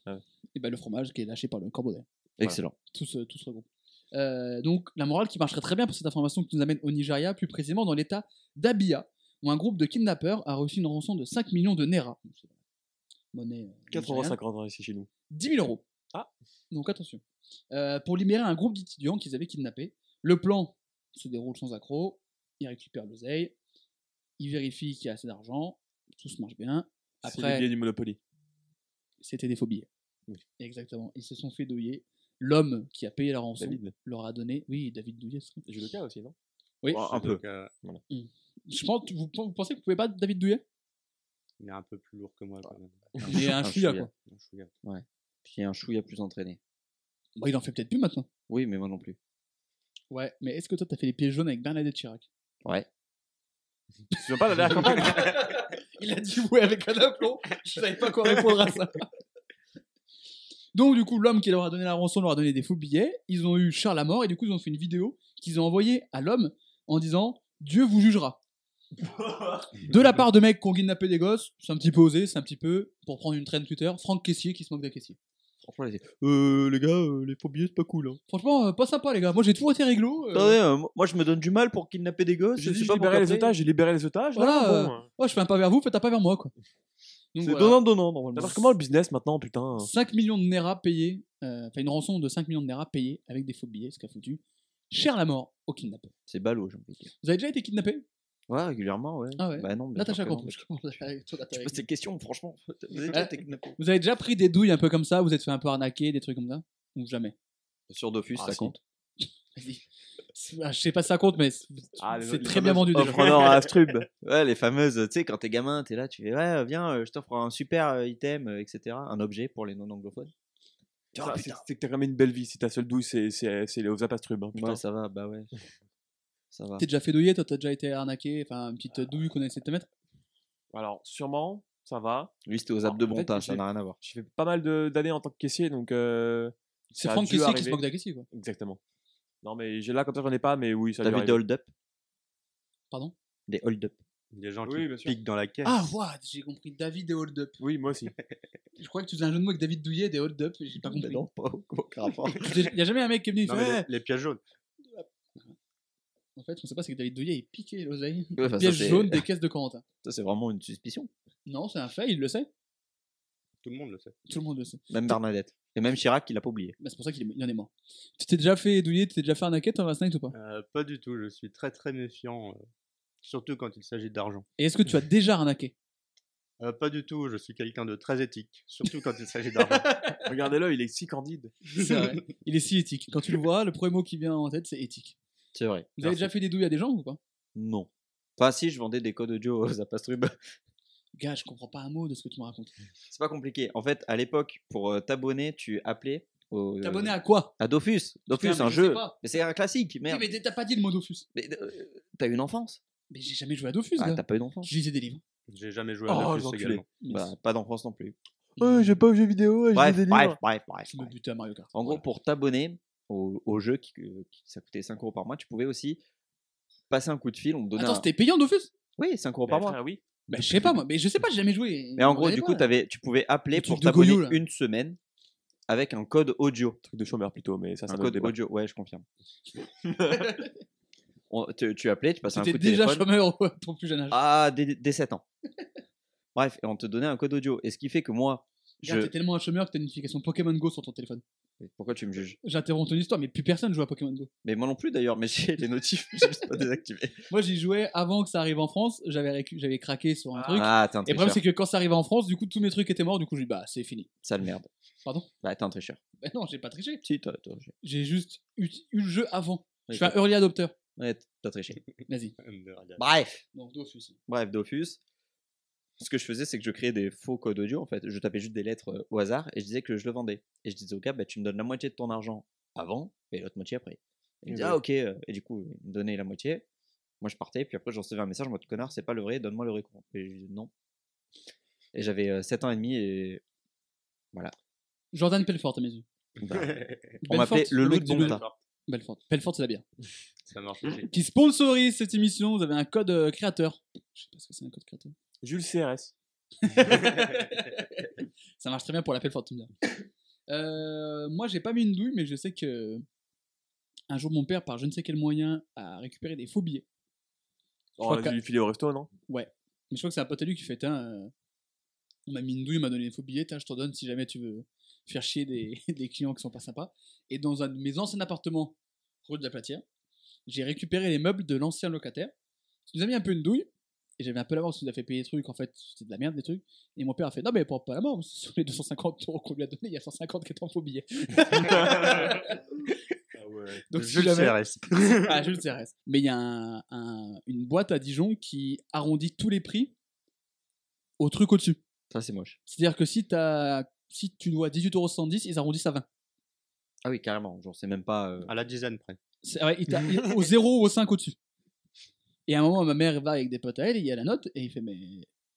Et ben le fromage qui est lâché par le corbeau d'air.
Excellent.
Tout se, tout se regroupe. Euh, donc la morale qui marcherait très bien pour cette information qui nous amène au Nigeria, plus précisément dans l'état d'Abia, où un groupe de kidnappeurs a reçu une rançon de 5 millions de Naira. Donc, c'est la Monnaie. euh, nigériane.
4,50 euros ici chez nous.
10 000 euros.
Ah.
Donc attention. Euh, pour libérer un groupe d'étudiants qu'ils avaient kidnappés, le plan se déroule sans accroc. Ils récupèrent l'oseille, ils vérifient qu'il y a assez d'argent, tout se marche bien.
C'est le
Après,
billet du Monopoly.
c'était des faux billets.
Oui.
Exactement. Ils se sont fait douiller. L'homme qui a payé la rançon
David.
leur a donné. Oui, David Douillet. c'est vrai.
J'ai le cas aussi, non
Oui.
Oh, un peu.
Donc, euh,
Je pense, vous, vous pensez que vous pouvez pas David
[laughs]
Douillet
il est un peu plus lourd que moi quand même.
Il est un chouïa, quoi.
Un chouïa.
J'ai un chouïa plus entraîné.
Bah, il en fait peut-être plus maintenant.
Oui, mais moi non plus.
Ouais, mais est-ce que toi t'as fait les pieds jaunes avec Bernadette Chirac
Ouais.
Tu viens pas
[laughs]
la dernière campagne
Il a dit ouais avec un aplomb. Je savais pas quoi répondre à ça. Donc, du coup, l'homme qui leur a donné la rançon leur a donné des faux billets. Ils ont eu Charles à mort et du coup, ils ont fait une vidéo qu'ils ont envoyée à l'homme en disant Dieu vous
[laughs]
jugera. de la part de mecs qui ont kidnappé des gosses, c'est un petit peu osé, c'est un petit peu, pour prendre une traîne Twitter, Franck Caissier qui se moque d'un caissier.
Franchement, les...
Euh, les gars, les faux billets, c'est pas cool. Franchement, euh, pas sympa, les gars. Moi, j'ai toujours été réglo. euh,
moi je me donne du mal pour kidnapper des gosses.
J'ai dit, je libérais les otages, j'ai libéré les otages.
Voilà,
là, bon, hein.
moi, je fais un pas vers vous, faites un pas vers moi, quoi. Donc, voilà.
donnant normalement.
Alors, comment le business maintenant, putain
5 millions de Nera payés, euh, enfin une rançon de 5 millions de Nera payés avec des faux billets, ce qu'a foutu cher la mort au kidnappeur.
C'est ballot, j'ai envie de dire.
Vous avez déjà été kidnappé
Bah,
Ouais, régulièrement, ouais.
Ah ouais.
Bah non, bien
Natacha
sûr que non.
Campos, je commence avec toi,
Je
Natacha.
pose ces questions, franchement. Vous êtes
Ah.
déjà kidnappé.
Vous avez déjà pris des douilles un peu comme ça, vous êtes fait un peu arnaquer, des trucs comme ça Ou jamais
Sur Dofus,
Ah,
ça
si.
compte.
Vas-y. Ah, Je sais pas si ça compte, mais c'est
Ah, les-
c'est
les
très bien vendu déjà.
Offre en or à Astrub.
Ouais, les fameuses, tu sais, quand t'es gamin, t'es là, tu fais, ouais, viens, euh, je t'offre un super euh, item, euh, etc. Un objet pour les non-anglophones.
Ça, c'est c'est que t'as quand même une belle vie. Si ta seule douille, c'est c'est- c'est les Osap Astrub. hein, putain.
Ouais, ça va, bah ouais. Ça va.
hein.
T'es déjà fait douiller, toi t'as déjà été arnaqué, enfin une petite douille qu'on a essayé de te mettre.
Alors, sûrement, ça va.
Lui, c'était aux
Ah,
apps de
Alors,
Bonta,
peut-être que
ça
j'ai-
n'a rien à voir.
J'ai fait pas mal de- d'années en tant que caissier, donc. euh,
C'est
ça a
Franck
dû
Caissier qui se
arriver.
moque d'un caissier, quoi.
Exactement. Non, mais j'ai là, comme ça, j'en ai pas, mais oui, ça
T'as
a
vu
dû
des
arriver.
hold-up
Pardon
Des hold-up.
Des gens
Oui, bien
qui
sûr.
piquent dans la caisse.
Ah, waouh, j'ai compris David et Hold Up.
Oui, moi aussi.
Je crois que tu faisais un jeu de mots avec David Douillet et Hold Up, j'ai pas
Mais
compris.
non, pas
[laughs]
aucun rapport.
Il y a jamais un mec qui est venu, il
Non,
fait,
mais
Ouais,
les, les pièges jaunes.
En fait, on sait pas, c'est que David Douillet, il piquait l'oseille.
Ouais, enfin, Bah, ça,
Piège
c'est-
jaune des caisses de Corentin.
Ça, c'est vraiment une suspicion.
Non, c'est un fait, il le sait.
Tout le monde le sait.
Tout le monde le sait.
Même Bernadette. Et même Chirac, il l'a pas oublié.
Bah, c'est pour ça qu'il est- il en est mort. Tu t'es déjà fait douiller, tu t'es déjà fait arnaquer, toi, Vincent, ou pas
Euh, pas du tout, je suis très très méfiant, euh, surtout quand il s'agit d'argent.
Et est-ce que tu as déjà arnaqué
Euh, pas du tout, je suis quelqu'un de très éthique, surtout quand il s'agit d'argent.
Regardez-le, il est si candide.
C'est vrai. Il est si éthique. Quand tu le vois, le premier mot qui vient en tête, c'est éthique.
C'est vrai.
Vous avez déjà fait des douilles à des gens ou pas
Non. Enfin, si, je vendais des codes audio aux Apastrub.
Gars, je comprends pas un mot de ce que tu me racontes.
[laughs] C'est pas compliqué. En fait, à l'époque, pour euh, t'abonner, tu appelais au. euh,
T'abonner à quoi
à Dofus. Dofus,
Putain, mais
un
je
jeu.
sais pas.
Mais c'est un classique,
Oui,
merde.
mais t'as pas dit le mot Dofus.
Mais, euh, t'as eu une enfance
Mais j'ai jamais joué à Dofus,
Ah,
gars.
t'as pas eu d'enfance
Je lisais des livres.
J'ai jamais joué à
Oh,
Dofus
l'enculé.
également.
Bah, pas d'enfance non plus.
Mm.
j'ai pas aux jeux vidéo,
Bref, bref, bref, bref,
hein. Je me
bref.
butais à Mario Kart.
En gros,
Voilà.
pour t'abonner au, au jeu, qui, euh, qui- ça coûtait 5 euros par mois, tu pouvais aussi passer un coup de fil. On te donnait
Attends,
un...
c'était payant Dofus
Oui, 5 euros par mois.
Eh, oui.
Bah, je sais pas, moi. Mais je sais pas, j'ai jamais joué.
Mais en
Vous
gros,
savez
du
pas,
coup,
là.
t'avais- tu pouvais appeler
Le truc
pour
de Goyo,
t'abonner
là.
une semaine avec un code audio.
Truc de chômeur plutôt, mais ça, c'est
Un
un autre
code
débat.
audio, ouais,
[laughs]
je confirme. On- tu, tu appelais, tu passais un coup
T'étais
de
déjà
téléphone.
chômeur à [laughs] ton plus jeune âge.
Ah, dès, dès 7 ans. Bref, et on te donnait un code audio. Et ce qui fait que moi,
Gars,
je...
T'es tellement un chômeur que t'as une notification Pokémon Go sur ton téléphone.
Pourquoi tu me juges
J'interromps ton histoire, mais plus personne joue à Pokémon Go.
Mais moi non plus d'ailleurs, mais [laughs] j'ai les notifs, j'ai juste pas désactivé.
Moi, j'y jouais avant que ça arrive en France. J'avais récu- j'avais craqué sur un truc.
Ah, t'es un
et le problème,
tricheur.
c'est que quand ça arrivait en France, du coup, tous mes trucs étaient morts. Du coup, je dis bah, c'est fini. [laughs]
Sale merde.
Pardon
Bah, t'es un tricheur.
Bah non, j'ai pas triché.
Si, t'as t'as triché.
J'ai juste eu, eu le jeu avant. Je
Oui,
suis un
t'as-
early adopter.
Ouais, t'as triché.
Vas-y.
De rien.
Bref,
Donc, Dofus.
bref, Dofus. ce que je faisais, c'est que je créais des faux codes audio, en fait. Je tapais juste des lettres euh, au hasard et je disais que je le vendais. Et je disais au gars, bah, tu me donnes la moitié de ton argent avant et l'autre moitié après. Il me disait, ah ok. euh, Et du coup, il me donnait la moitié. Moi, je partais. Puis après, je recevais un message en mode connard, c'est pas le vrai, donne-moi le récompte. Et je dis non. Et j'avais 7 ans et demi et
Jordan Pelfort à mes yeux.
[laughs]
[laughs]
bah, on m'appelait le loup
mec
de
du
Bonta.
Belfort. Belfort, c'est la bière.
Ça marche
[laughs]
aussi.
Qui sponsorise cette émission, vous avez un code euh, créateur. Je sais pas ce que c'est un code créateur.
Jules CRS.
[laughs] Ça marche très bien pour la Pelfort, tu me diras. Euh, moi, j'ai pas mis une douille, mais je sais que un jour, mon père, par je ne sais quel moyen, a récupéré des faux billets. Je
On
crois
a
que-
dû lui filer Oh, au resto, non
Mais je crois que c'est un pote à lui qui fait Tiens, euh, on m'a mis une douille, il m'a donné des faux billets, tiens, je t'en donne si jamais tu veux faire chier des, [laughs] des clients qui sont pas sympas. Et dans un de mes anciens appartements, rue de la Platière, j'ai récupéré les meubles de l'ancien locataire. Il nous a mis un peu une douille, et j'avais un peu l'avance, il nous a fait payer des trucs, en fait, c'était de la merde, des trucs. Et mon père a fait Non, mais porte pas la mort, sur les 250 euros qu'on lui a donné, il y a 150 qui étaient en faux billets.
Ah
Donc, si
Jules
jamais-
CRS.
ah, Jules CRS. Mais il y a un- un- une boîte à Dijon qui arrondit tous les prix au truc au-dessus.
Ça, c'est moche.
C'est-à-dire que si, t'as- si tu dois 18,70€, ils arrondissent à 20.
Ah oui, carrément. Genre, c'est même pas. euh,
À la dizaine près.
C'est- ouais, ils t'a- ils-
[laughs]
au 0 ou au 5 au-dessus. Et à un moment, ma mère va avec des potes à elle, et il y a la note, et il fait Mais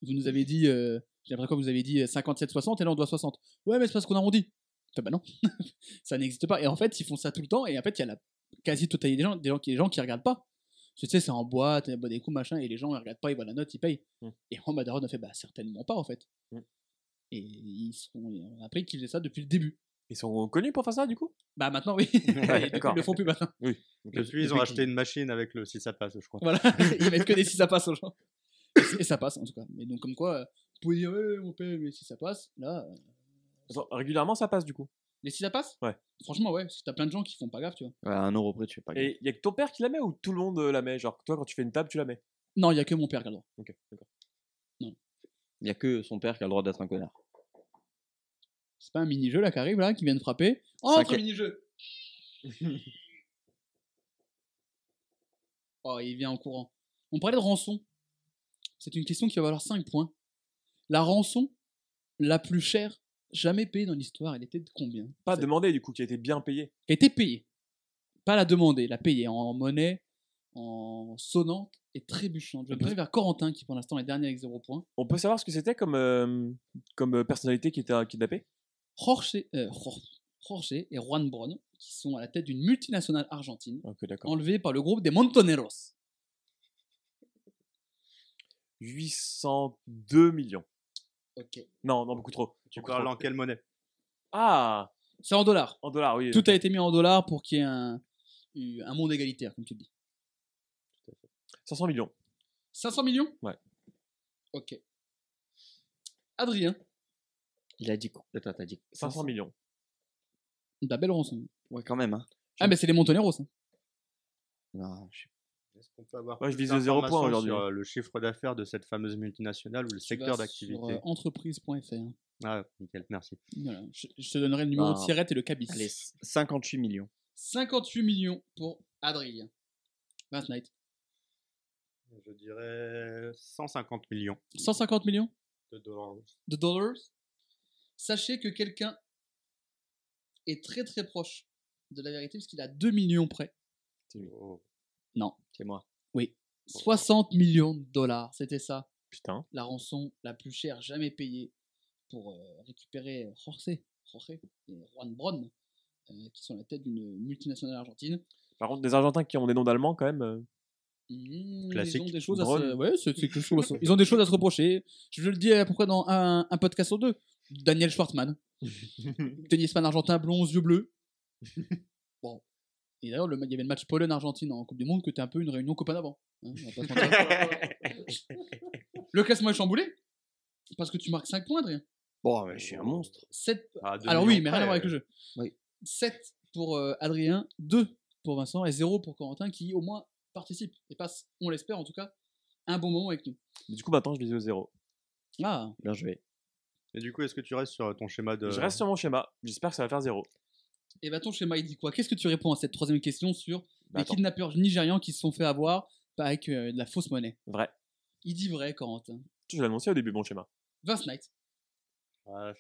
vous nous avez dit, euh, j'ai l'impression que vous avez dit euh, 57,60, et là on doit 60. Ouais, mais c'est parce qu'on arrondit. Je fais, Bah non, [laughs] ça n'existe pas. Et en fait, ils font ça tout le temps, et en fait, il y a la quasi-totalité des gens, des gens, qui- des gens qui regardent pas. Parce que, Tu sais, c'est en boîte, on boit des coups, machin, et les gens ils regardent pas, ils voient la note, ils payent.
Mm.
Et en Madaron a fait Bah certainement pas en fait.
Mm.
Et ils sont, on a appris qu'ils faisaient ça depuis le début.
Ils sont connus pour faire ça, du coup
Bah maintenant
[laughs]
oui, ils
d'accord.
le font plus maintenant.
Depuis, ils ont acheté une machine avec le si ça passe, je crois.
[laughs]
Voilà, [laughs] ils mettent que des si ça passe aux gens. Et c- Et ça passe en tout cas. Mais donc comme quoi, euh, vous pouvez dire ouais, mon père, mais si ça passe, là, euh,
Attends, Régulièrement, ça passe, du coup.
les si ça passe
Ouais.
Franchement ouais, parce que t'as plein de gens qui font pas gaffe, tu vois.
ouais, à un euro près, tu fais pas. gaffe.
Et il y a que ton père qui la met ou tout le monde euh, la met Genre, toi, quand tu fais une table, tu la mets
Non, il y a que mon père qui a le droit.
Ok, d'accord.
Il y a que son père qui a le droit d'être un connard.
C'est pas un mini jeu là qui arrive là, qui vient de frapper. Entre
Cinquième-
mini
[laughs]
jeu. oh, il vient en courant. On parlait de rançon. C'est une question qui va valoir 5 points. La rançon la plus chère jamais payée dans l'histoire, elle était de combien
Pas demandé, du coup, qui a été bien payé.
qui a été payée. Pas la demander, la payer en monnaie, en sonnante et trébuchante. Je vais me tourner vers Corentin qui pour l'instant est dernier avec 0 points.
On peut savoir ce que c'était comme, euh, comme euh, personnalité qui était euh, kidnappée
Jorge, euh, Jor- Jorge et Juan Bron qui sont à la tête d'une multinationale argentine
Ok, d'accord.
enlevée par le groupe des Montoneros.
802 millions.
Ok.
Non, non, beaucoup trop.
Tu
Beaucoup
parles
trop.
en quelle monnaie
Ah
C'est en dollars.
En dollars, oui.
Tout a été mis en dollars pour qu'il y ait un, un monde égalitaire, comme tu le dis.
500 millions.
500 millions
Ouais.
Ok. Adrien,
Il a dit quoi Attends, t'as dit.
500 millions.
de la belle rançon.
Ouais, quand même, hein.
Ah, mais c'est les Montoneros. hein.
Non, je sais
Est-ce qu'on peut avoir
Ouais, je
plus
visais zéro point
d'informations
aujourd'hui.
sur, euh, le chiffre d'affaires de cette fameuse multinationale ou le
Tu vas
secteur
Sur
d'activité
euh, entreprise.fr.
Ah, nickel, merci.
Voilà, je, je te donnerai le numéro
Bah,
de Sirette et le cabis.
pas. Allez, 58 millions.
58 millions pour Adrien. Last night.
Je dirais 150 millions
150 millions
de [laughs] dollars.
de dollars. Sachez que quelqu'un est très très proche de la vérité parce qu'il a 2 millions près.
Oh.
C'est moi.
60 millions de dollars, c'était ça,
Putain.
la rançon la plus chère jamais payée pour euh, récupérer Jorge, Jorge et Juan Bron, euh, qui sont à la tête d'une multinationale argentine.
Par contre, des Argentins qui ont des noms d'allemands, quand même. euh,
Mmh,
Classique.
Ils ont des choses à se...
Drôle.
ouais, c'est- c'est quelque chose à se- Ils ont des choses à se reprocher. Je le dis à peu près dans un, un podcast sur deux. Daniel
[laughs]
Schwartzman. Tennisman argentin, blond, aux yeux bleus. Bon. Et d'ailleurs, le ma- il y avait le match Pologne-Argentine en Coupe du Monde que t'es un peu une réunion copain d'avant. hein, on va pas se
[laughs]
mentir. le classement est chamboulé. Parce que tu marques 5 points, Adrien.
Bon, mais je suis un monstre.
7...
Ah, deux
Alors oui,
millions euh,
mais rien à
près,
voir avec le jeu.
Oui.
7 pour euh, Adrien, 2 pour Vincent et 0 pour Corentin qui au moins participe et passe, on l'espère en tout cas, un bon moment avec nous.
Mais du coup, maintenant, je visais au zéro.
Ah,
Bien joué.
Et du coup, est-ce que tu restes sur euh, ton schéma de.
Je reste sur mon schéma. J'espère que ça va faire zéro.
et bah ton schéma il dit quoi Qu'est-ce que tu réponds à cette troisième question sur
Bah,
les
attends.
kidnappeurs nigérians qui se sont fait avoir avec euh, de la fausse monnaie
Vrai.
Il dit vrai, Corentin.
Je l'ai annoncé au début, mon schéma.
Vince Knight.
Ah,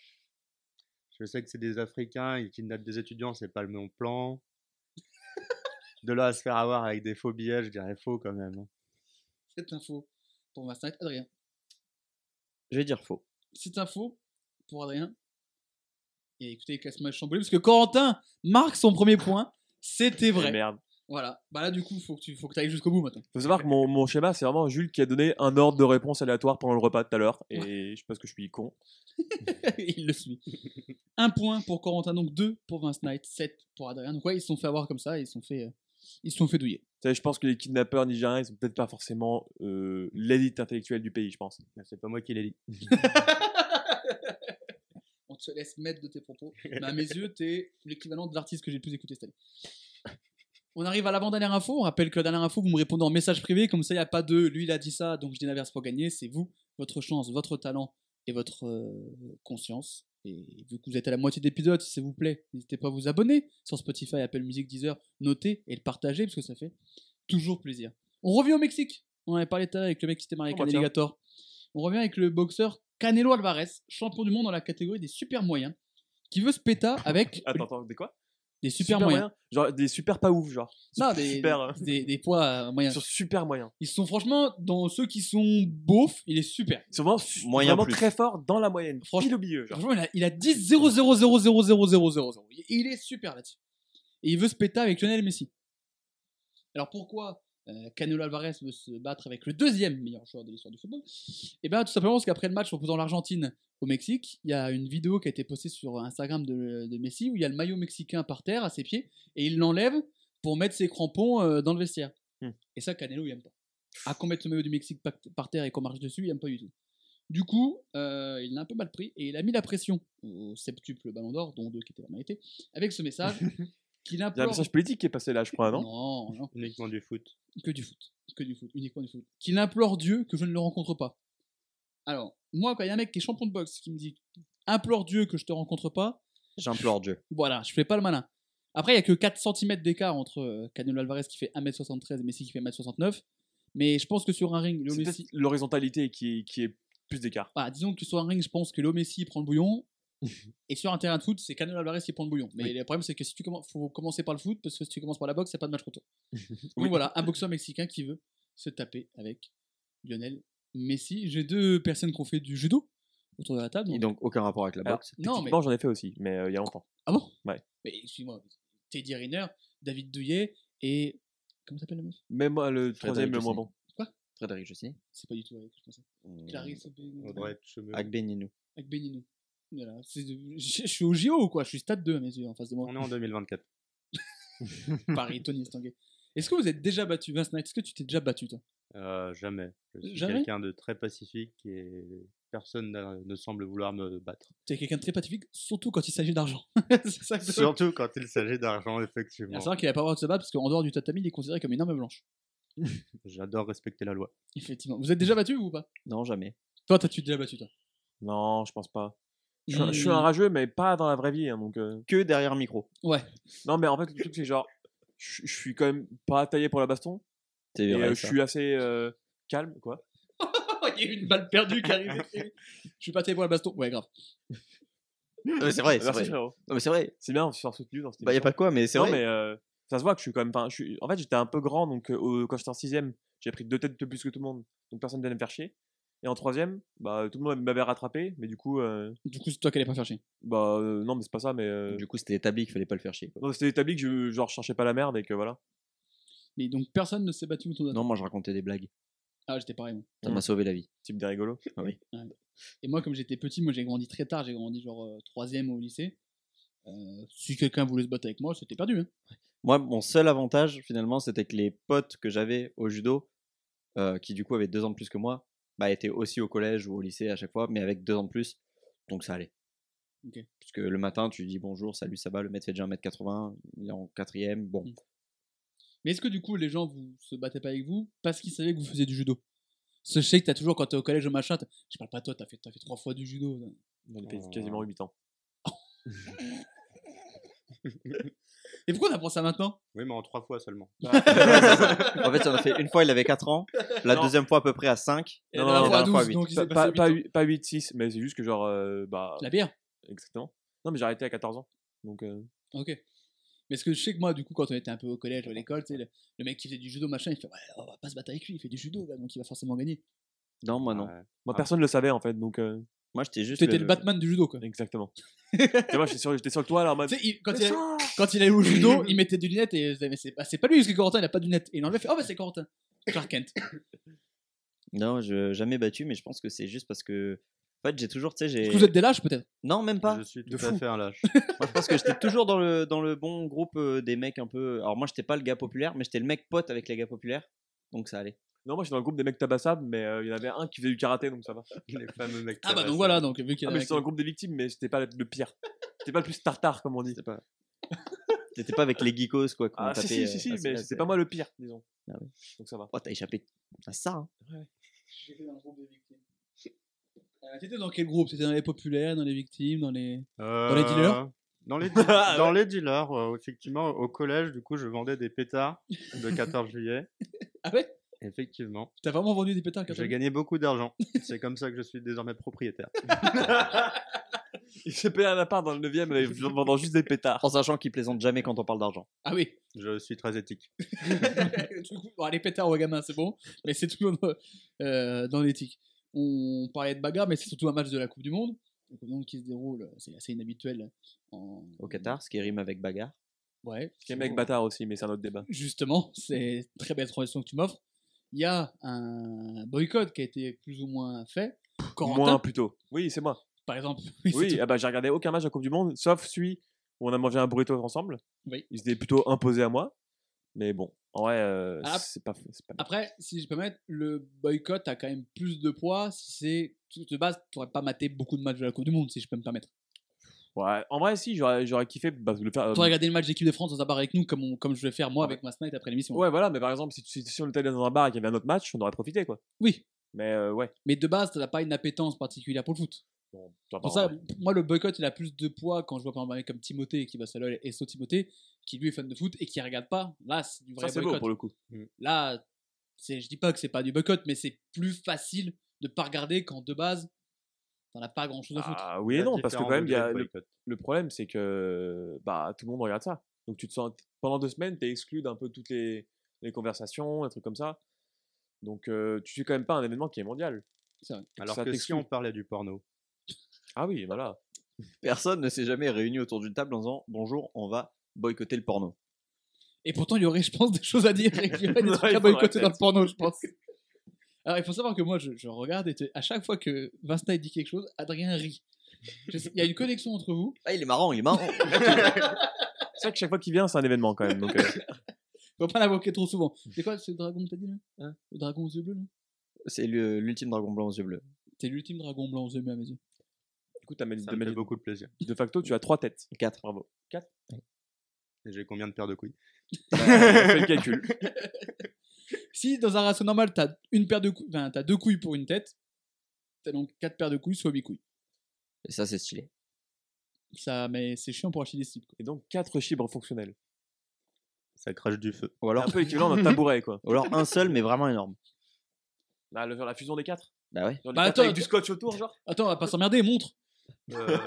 je sais que c'est des Africains, ils kidnappent des étudiants, c'est pas le bon plan. de là à se faire avoir avec des faux billets, je dirais faux quand même. hein.
C'est un faux pour Vince Knight. Adrien.
Je vais dire faux.
C'est un faux pour Adrien. Et écoutez, classement chamboulé, parce que Corentin marque son premier point. C'était
Eh
vrai.
Merde.
Voilà. Bah là, du coup, faut que tu faut que ailles jusqu'au bout maintenant. [laughs]
Faut savoir que mon, mon schéma, c'est vraiment Jules qui a donné un ordre de réponse aléatoire pendant le repas tout à l'heure. Et je pense que je suis con.
Il le
[laughs]
suit. Un point pour Corentin, donc deux pour Vince Knight, sept pour Adrien. Donc ouais, ils se sont fait avoir comme ça, ils se sont fait, euh, ils se sont fait douiller.
Tu sais, je pense que les kidnappeurs nigériens, ils sont peut-être pas forcément euh, l'élite intellectuelle du pays, je pense.
C'est pas moi qui [laughs] l'ai dit.
On te laisse mettre de tes propos. Mais à mes yeux, t'es l'équivalent de l'artiste que j'ai le plus écouté cette année. On arrive à l'avant-dernière info. On rappelle que la dernière info, vous me répondez en message privé. Comme ça, il n'y a pas de lui, il a dit ça, donc je dis l'inverse pour gagner. C'est vous, votre chance, votre talent et votre euh, conscience. Et vu que vous êtes à la moitié d'épisode, s'il vous plaît, n'hésitez pas à vous abonner sur Spotify, Apple Music, Deezer, noter et le partager parce que ça fait toujours plaisir. On revient au Mexique. On en avait parlé tout à l'heure avec le mec qui s'était marié
Oh,
avec un
bah tiens.
alligator. On revient avec le boxeur Canelo Alvarez, champion du monde dans la catégorie des super moyens, qui veut se péter
[laughs]
avec
Attends, attends, des quoi
des super, moyens.
Genre des super pas ouf, genre.
Non, des,
super, euh,
des, des poids euh, moyens.
sur super moyen.
Ils sont franchement, dans ceux qui sont beaufs, il est super.
Ils sont vraiment, su-
Moyen
vraiment
plus.
très fort dans la moyenne.
Franchement-
Pile au milieu, genre.
Franchement, il a, il a 10 0 0 0 0 0 0 0 0. Il- Il est super là-dessus. Et il veut se péter avec Lionel Messi. Alors pourquoi euh, Canelo Alvarez veut se battre avec le deuxième meilleur joueur de l'histoire du football Eh bien, tout simplement parce qu'après le match opposant l'Argentine au Mexique, il y a une vidéo qui a été postée sur Instagram de, de Messi où il y a le maillot mexicain par terre à ses pieds et il l'enlève pour mettre ses crampons euh, dans le vestiaire.
Hmm.
Et ça, Canelo, il aime pas. À qu'on mette le maillot du Mexique par- par terre et qu'on marche dessus, il aime pas du tout. Du coup, euh, il l'a un peu mal pris et il a mis la pression au septuple Ballon d'Or, dont deux qui étaient la vérité, avec ce
[laughs]
message qu'il
Il y a un
implore.
message politique qui est passé là, je crois, non
non, non,
Uniquement du foot.
que du foot, que du foot, uniquement du foot. Qu'il implore Dieu que je ne le rencontre pas. Alors, moi, quand il y a un mec qui est champion de boxe qui me dit implore Dieu que je te rencontre pas,
J'implore Dieu.
voilà, je fais pas le malin. Après, il y a que 4 cm d'écart entre euh, Canelo Alvarez qui fait 1m73 et Messi qui fait 1m69. Mais je pense que sur un ring, Léo
C'est
Messi.
peut-être l'horizontalité qui, est- qui est plus d'écart.
Voilà, disons que sur un ring, je pense que Léo Messi prend le
[laughs]
bouillon. et sur un terrain de foot, c'est Canelo Alvarez qui prend le bouillon. Mais le problème, c'est que si tu commences, faut commencer par le foot, parce que si tu commences par la boxe, il n'y a pas de match
[laughs]
retour. Donc voilà, un boxeur mexicain qui veut se taper avec Lionel Messi. J'ai deux personnes qui ont fait du judo autour de la table.
Et
donc-
donc, aucun rapport avec la
Alors,
boxe.
non, mais.
Bon, j'en ai fait aussi, mais euh, il y a longtemps.
Ah bon
Ouais.
Mais excuse-moi, Teddy Riner, David Douillet et. Comment s'appelle la meuf
Même moi, le
Frédéric
troisième, le moins
Joussenet.
bon.
Frédéric Jossi.
C'est pas du tout avec, je pensais.
Euh,
Clarisse Obey-
Audrey Tchemeu.
Avec Beninou.
Avec Benino. Voilà. c'est- Je je suis au JO ou quoi Je suis stade 2 à mes yeux en face de moi.
On est en 2024.
Paris, Tony Stanguet. Est-ce que vous êtes déjà battu, Vince Knight Est-ce que tu t'es déjà battu, toi
Euh, jamais. Je suis
Jamais
quelqu'un de très pacifique et personne n'a- ne semble vouloir me battre.
[laughs] T'es quelqu'un de très pacifique, surtout quand il s'agit d'argent. [laughs] c'est ça que
Surtout quand il s'agit d'argent, effectivement.
Il faut savoir Ah, qu'il n'a pas le droit de se battre parce qu'en dehors du tatami, il est considéré comme une arme blanche.
J'adore respecter la loi.
Effectivement. Vous êtes déjà battu vous, ou pas
Non, jamais.
Toi, t'as-tu déjà battu, toi
Non, je pense pas. Je, suis-
Hmm.
je suis un rageux, mais pas dans la vraie vie. hein, donc, euh,
Que derrière micro.
Non, mais en fait, le truc, c'est genre, je je suis quand même pas taillé pour la baston.
C'est
Et
vrai,
euh, je
ça.
suis assez euh, calme, quoi.
[laughs] Il y a eu une balle perdue qui arrive. Je suis pas taillé pour la baston. Ouais, grave.
Non, mais c'est vrai, c'est
Merci,
vrai.
frérot.
Non, mais c'est vrai.
euh, C'est bien, on se sort soutenu dans cette
Bah, y a
émission.
pas de quoi, mais c'est
non,
vrai.
mais euh, ça se voit que je suis quand même. enfin, Je suis... En fait, j'étais un peu grand, donc euh, au- quand j'étais en 6 j'ai pris deux têtes de plus que tout le monde, donc personne ne venait me faire chier. Et en 3 bah, tout le monde m'avait rattrapé, mais du coup, euh,
Du coup, c'est toi qui n'allais pas faire chier.
bah, euh, non, mais c'est pas ça, mais. euh,
Du coup, euh. c'était établi qu'il fallait pas le faire chier. quoi.
non, C'était établi que je genre, je cherchais pas la merde et que voilà.
Mais donc, personne ne s'est battu autour de toi.
Non, moi, je racontais des blagues.
Ah, j'étais pareil, moi.
Ça
Mm.
m'a sauvé la vie. Ah
Type des rigolos.
Et moi, comme j'étais petit, moi, j'ai grandi très tard. J'ai grandi genre euh, troisième au lycée. Euh, si quelqu'un voulait se battre avec moi, c'était perdu. hein.
Moi, mon seul avantage, finalement, c'était que les potes que j'avais au judo, euh, qui du coup avaient deux ans de plus que moi, bah, étaient aussi au collège ou au lycée à chaque fois, mais avec deux ans de plus. Donc ça allait.
Ok.
Parce que le matin, tu dis bonjour, salut, ça va, le mec fait déjà 1m80, il est en quatrième, bon.
Mm. Mais est-ce que du coup les gens vous se battaient pas avec vous parce qu'ils savaient que vous faisiez du judo Parce que Je sais que t'as toujours quand t'es au collège ou machin, t'as- je parle pas de toi, t'as fait,
Oh.
[laughs] t'as fait trois fois du judo. là.
J'en ai fait quasiment 8 ans.
Et pourquoi on apprend ça maintenant
Oui, mais en trois fois seulement.
[laughs] En fait, on a fait une fois, il avait 4 ans. La
Non.
deuxième fois, à peu près à 5.
Et
Non,
la
non,
dernière
non,
fois à
fois,
12,
huit.
donc il
Pas,
s'est
pas,
passé
pas,
huit ans.
huit- pas 8-6, mais c'est juste que genre. euh, bah,
La bière
exactement. Non, mais j'ai arrêté à 14 ans. Donc, euh,
Ok. Mais ce que je sais que moi, du coup, quand on était un peu au collège ou à l'école, tu sais, le, le mec qui faisait du judo, machin, il fait Ouais, on va pas se battre avec lui, il fait du judo, là, donc il va forcément gagner.
Non, moi non.
Ouais. Ah.
moi, personne ne le savait en fait. Donc, euh,
Moi, j'étais juste.
T'étais le Batman du judo, quoi.
exactement. tu vois, j'étais sur, j'étais sur le toit là en mode.
Tu sais, il- quand, il allait, quand il allait au [laughs] judo, il mettait des lunettes et je disais, mais c'est pas, c'est pas lui, parce que Corentin, il a pas de lunettes. Et il enlevait, fait Oh, bah c'est Corentin. Clark Kent.
Non, je jamais battu, mais je pense que c'est juste parce que. En fait, j'ai toujours, tu sais,
Est-ce
j'ai.
que vous êtes des lâches, peut-être
Non, même pas.
Je suis tout à fait
[laughs]
un lâche.
Moi, je pense que j'étais toujours dans le, dans le bon groupe euh, des mecs un peu. Alors, moi, j'étais pas le gars populaire, mais j'étais le mec pote avec les gars populaires. Donc, ça allait.
Non, moi, j'étais dans le groupe des mecs tabassables, mais euh, il y en avait un qui faisait du karaté, donc ça va.
Les fameux mecs.
Ah, bah
terrestres.
donc voilà, donc vu qu'il
Ah,
a.
mais j'étais dans le groupe des victimes, mais j'étais pas le pire. J'étais pas le plus tartare, comme on dit.
T'étais pas avec les geekos, quoi. qu'on
Ah, si,
tapait,
si,
euh,
si, si,
ah, c'est-
mais
ah,
c'était
c'est-
pas moi le pire, disons.
Ah ouais.
Donc ça va.
Oh, t'as échappé à ça. hein.
J'étais dans le groupe des victimes. Euh, T'étais dans quel groupe T'étais dans les populaires, dans les victimes, dans les.
Euh,
les dealers [laughs]
dans les,
Ah,
dealers- dans les dealers, euh, effectivement, au collège, du coup, je vendais des pétards
[laughs]
le 14 juillet.
Ah ouais
Effectivement.
T'as vraiment vendu des pétards,
J'ai
Captain
gagné beaucoup
[laughs]
d'argent. C'est comme ça que je suis désormais propriétaire.
Il s'est payé un appart dans le 9ème en vendant juste des pétards.
En sachant qu'ils plaisantent jamais quand on parle d'argent.
Ah oui [laughs]
Je suis très éthique.
Du coup, bon, les pétards aux gamins, c'est bon, mais c'est toujours dans, euh, dans l'éthique. On parlait de bagarre, mais c'est surtout un match de la Coupe du Monde. La Coupe du Monde qui se déroule, c'est assez inhabituel. En...
Au Qatar, ce qui rime avec bagarre.
Ouais,
Les mecs bâtards aussi, mais c'est un autre débat.
justement, c'est une très belle transition que tu m'offres. Il y a un boycott qui a été plus ou moins fait. Corentin,
Moins plutôt. Oui, c'est moi.
par exemple. [laughs]
Oui,
c'est
ah bah, j'ai regardé aucun match de Coupe du Monde, sauf celui où on a mangé un burrito ensemble.
Oui.
Il s'était plutôt imposé à moi. Mais bon, en vrai, euh,
Ah.
c'est pas, c'est pas-
Après, si je peux mettre, le boycott a quand même plus de poids si c'est. tout De base, tu n'aurais pas maté beaucoup de matchs de la Coupe du Monde, si je peux me permettre.
Ouais, en vrai, si, j'aurais j'aurais kiffé bah, le faire. euh,
Tu aurais regardé le match d'équipe de France dans un bar avec nous, comme, on- comme je vais faire moi avec ma Night après l'émission.
Ouais, voilà, mais par exemple, si, si, si on était dans un bar et qu'il y avait un autre match, on aurait profité, quoi.
Oui,
Mais euh, ouais.
mais de base, tu n'as pas une appétence particulière pour le foot.
Bon, ça
Pour
va,
ça,
ouais.
moi, le boycott, il a plus de poids quand je vois par exemple un mec comme Timothée qui va à LOL et So Timothée, qui lui est fan de foot et qui regarde pas. Là, c'est du vrai
ça c'est beau
boycott.
pour le coup.
Là, c'est, je dis pas que c'est pas du boycott, mais c'est plus facile de pas regarder quand de base, t'en as pas grand chose à foutre.
Ah oui et
Il y a
non, parce que
différents
quand même, il y a
degrés de
le,
boycott.
le problème, c'est que bah, tout le monde regarde ça. Donc tu te sens pendant deux semaines, tu es exclu d'un peu toutes les, les conversations, un truc comme ça. Donc euh, tu suis quand même pas un événement qui est mondial.
Alors
ça
que si
t'exclut.
on parlait du porno,
Ah oui, voilà.
Personne ne s'est jamais réuni autour d'une table en disant bonjour, on va boycotter le porno.
Et pourtant, il y aurait, je pense, des choses à
[laughs]
dire et qu'il y aurait des
Non,
trucs
il
à
faudrait
boycotter dans
peut-être.
le porno, je pense. Alors, il faut savoir que moi, je, je regarde et à chaque fois que Vincent dit quelque chose, Adrien rit. Je sais- Il y a une connexion entre vous.
Ah, il est marrant, il est marrant. [laughs]
C'est vrai que chaque fois qu'il vient, c'est un événement quand même. Donc, euh,
Faut pas l'invoquer trop souvent. C'est quoi ce dragon que t'as dit là
Hein
Le dragon aux yeux bleus là
c'est le- l'ultime dragon blanc aux yeux bleus.
C'est l'ultime dragon blanc aux yeux bleus à mes yeux.
du coup, t'as mal-
ça
de,
me fait
mal-
beaucoup de plaisir.
de facto, tu as trois têtes.
4.
Bravo.
Et J'ai combien de paires de couilles
Fais Bah, le calcul.
Si dans un ratio normal, t'as une paire de couilles, enfin, t'as deux couilles pour une tête, t'as donc quatre paires de couilles, soit huit couilles.
Et ça, c'est stylé.
Ça, mais c'est chiant pour acheter des cibles.
Et donc quatre chibres fonctionnels.
Ça crache du feu.
Ou
Un
alors,
peu l'équivalent d'un tabouret, quoi.
ou alors un seul, mais vraiment énorme.
Ah, le- genre la fusion des quatre.
Bah ouais.
Genre les
Bah,
quatre
attends,
avec du scotch autour, genre.
Attends, on va pas s'emmerder, montre
Euh,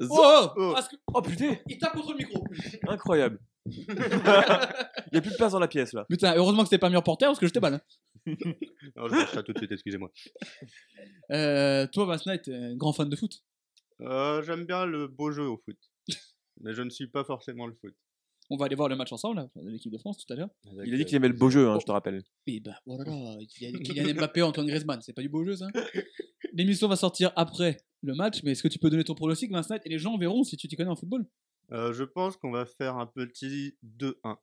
Z-
Oh, oh,
Oh.
parce que-
Oh putain,
Il tape contre le micro [laughs]
incroyable. Il y a plus de place dans la pièce là.
Putain, heureusement que c'était pas mis en porteur parce que j'étais mal. hein.
Non, je lâche ça tout de suite, excusez-moi.
Euh, toi, Vincent Knight, euh, grand fan de foot.
Euh, J'aime bien le beau jeu au foot. Mais je ne suis pas forcément le foot.
On va aller voir le match ensemble, là, de l'équipe de France tout à l'heure.
Il a
euh,
dit qu'il aimait le beau jeu, hein, je te rappelle.
Et ben voilà, il y a Kylian Mbappé, Antoine Griezmann, c'est pas du beau jeu ça hein. L'émission va sortir après le match, mais est-ce que tu peux donner ton pronostic, Vincent Knight, Et les gens verront si tu t'y connais en football.
Euh, je pense qu'on va faire un petit 2-1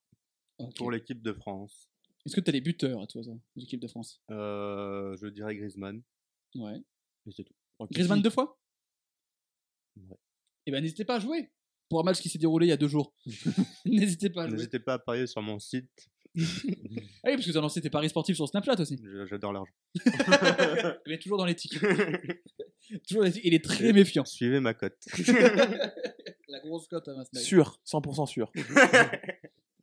Ok.
pour l'équipe de France.
Est-ce que t'as les buteurs à toi, ça, de l'équipe de France
Euh, je dirais Griezmann.
Ouais.
Et c'est tout.
Griezmann deux fois
Ouais.
Eh ben n'hésitez pas à jouer pour un match qui s'est déroulé il y a deux jours. [laughs] n'hésitez pas à jouer.
N'hésitez pas à parier sur mon site.
Ah oui, parce que tu as lancé tes paris sportifs sur Snapchat
[laughs]
aussi.
Je- J'adore l'argent.
Mais toujours dans [laughs] l'éthique. toujours dans l'éthique. Il est très méfiant.
Suivez ma cote.
La grosse cote hein, à Vince Neil.
Sûr, 100% sûr.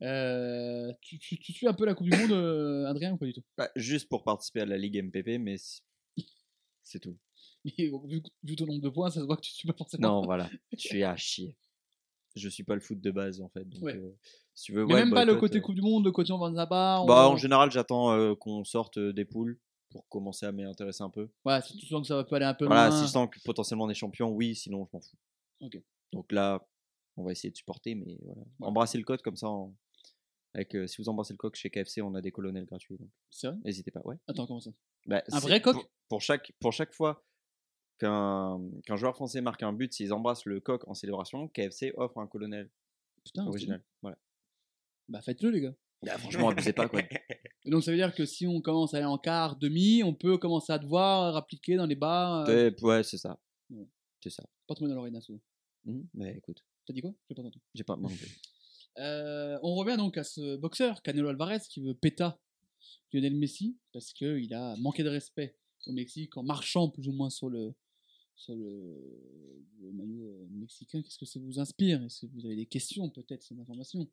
Euh, tu, tu, tu suis un peu la Coupe du Monde, euh, Adrien, ou pas du tout [laughs]
Bah, juste pour participer à la Ligue MPP, mais c-
[laughs]
c'est tout.
Mais bon, vu, vu ton nombre de points, ça se voit que tu suis pas forcément.
[laughs] Non, voilà, tu es à chier. Je suis pas le foot de base en fait. Donc,
Ouais.
euh, si tu veux,
Mais
ouais,
même pas le
boycott,
côté
euh.
Coupe du Monde, le côté on va en là-bas. on-
Bah, en général, j'attends euh, qu'on sorte euh, des poules pour commencer à m'y intéresser un peu.
Voilà, si tu sens que ça va peut aller un peu
Voilà,
loin.
si je sens que potentiellement on est champion, oui, sinon je m'en fous.
Ok.
Donc là, on va essayer de supporter, mais voilà. Embrasser le code comme ça. en- Avec, euh, si vous embrassez le coq chez KFC, on a des colonels gratuits. donc
C'est vrai
N'hésitez pas. Ouais.
Attends, comment ça
Bah,
Un
c'est-
vrai coq
pour, pour chaque, pour chaque fois qu'un qu'un joueur français marque un but, s'ils embrassent le coq en célébration, KFC offre un colonel
Putain,
original. Voilà.
c'est- Bah faites-le, les gars.
Bah, franchement, abusez pas quoi.
Et [laughs] donc ça veut dire que si on commence à aller en quart, demi, on peut commencer à devoir appliquer dans les bars. euh,
Ouais, ouais, c'est ça.
Ouais.
C'est ça.
Pas trop dans l'oreille, Nassau.
Mhm. Mais écoute,
T'as dit quoi J'ai pas entendu.
j'ai
[laughs]
pas manqué.
Euh, on revient donc à ce boxeur, Canelo Alvarez, qui veut péta Lionel Messi, parce qu'il a manqué de respect au Mexique en marchant plus ou moins sur le, sur le, le maillot euh, mexicain. Qu'est-ce que ça vous inspire Est-ce que vous avez des questions peut-être sur l'information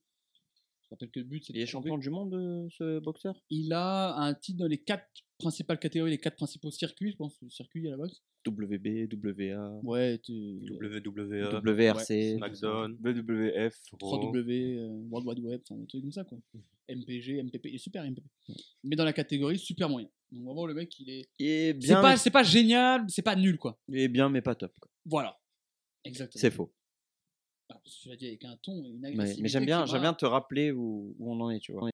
Je rappelle que le but, c'est de
Il est
trouver-
champion du monde, euh, ce boxeur
Il a un titre dans les quatre principales catégories, les quatre principaux circuits, je pense, le circuit à la boxe.
WB, WA,
Ouais, tu-
WWE,
E,
WRC.
SmackDown,
BWF,
3W, euh, World Wide Web, enfin, des trucs comme ça, quoi.
Mhm.
MPG, MPP, il est super MPP. Mais dans la catégorie super moyen. Donc vraiment, le mec, il est.
Et
C'est
bien,
pas, c'est pas génial, c'est pas nul, quoi.
mais- et bien, mais pas top. quoi.
Voilà. Exactement.
C'est faux.
Ah, Je l'ai dit avec un ton et une
Mais,
agressivité.
mais j'aime bien,
qui
j'aime bien
m'a-
te rappeler où, où on en est, tu vois.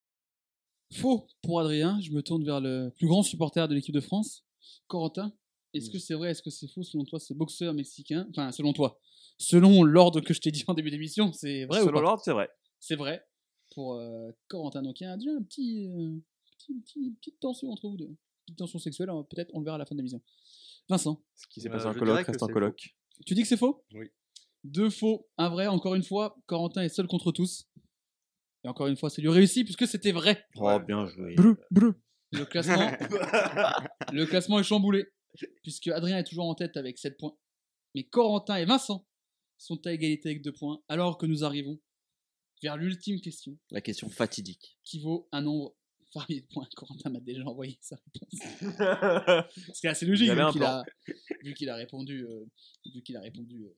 Faux pour Adrien, je me tourne vers le plus grand supporter de l'équipe de France, Corentin. Est-ce que c'est vrai, est-ce que c'est faux selon toi, ce boxeur mexicain Enfin, selon toi. Selon l'ordre que je t'ai dit en début d'émission, c'est vrai ou
Selon
pas
l'ordre, c'est vrai.
C'est vrai. Pour euh, Corentin, donc il y a déjà un petit, euh, petit, petit- petite tension entre vous deux. Petite tension sexuelle, hein, peut-être on le verra à la fin de la vision. Vincent,
Ce qui s'est
Euh,
passé en
je
colloque
dirais que
reste en
c'est
colloque.
tu dis que c'est faux
Oui.
Deux faux, un vrai, encore une fois, Corentin est seul contre tous. Et encore une fois, c'est lui réussi puisque c'était vrai.
Oh, bien joué.
Bleu, bleu.
Le classement, le classement est chamboulé, puisque Adrien est toujours en tête avec 7 points. Mais Corentin et Vincent sont à égalité avec 2 points, alors que nous arrivons vers l'ultime question,
La question fatidique.
qui vaut un nombre varié de points. [laughs] Corentin m'a déjà envoyé sa réponse.
T'as
C'est assez logique,
Il avait
vu
un
qu'il a, vu qu'il a répondu, euh, vu qu'il a répondu, euh,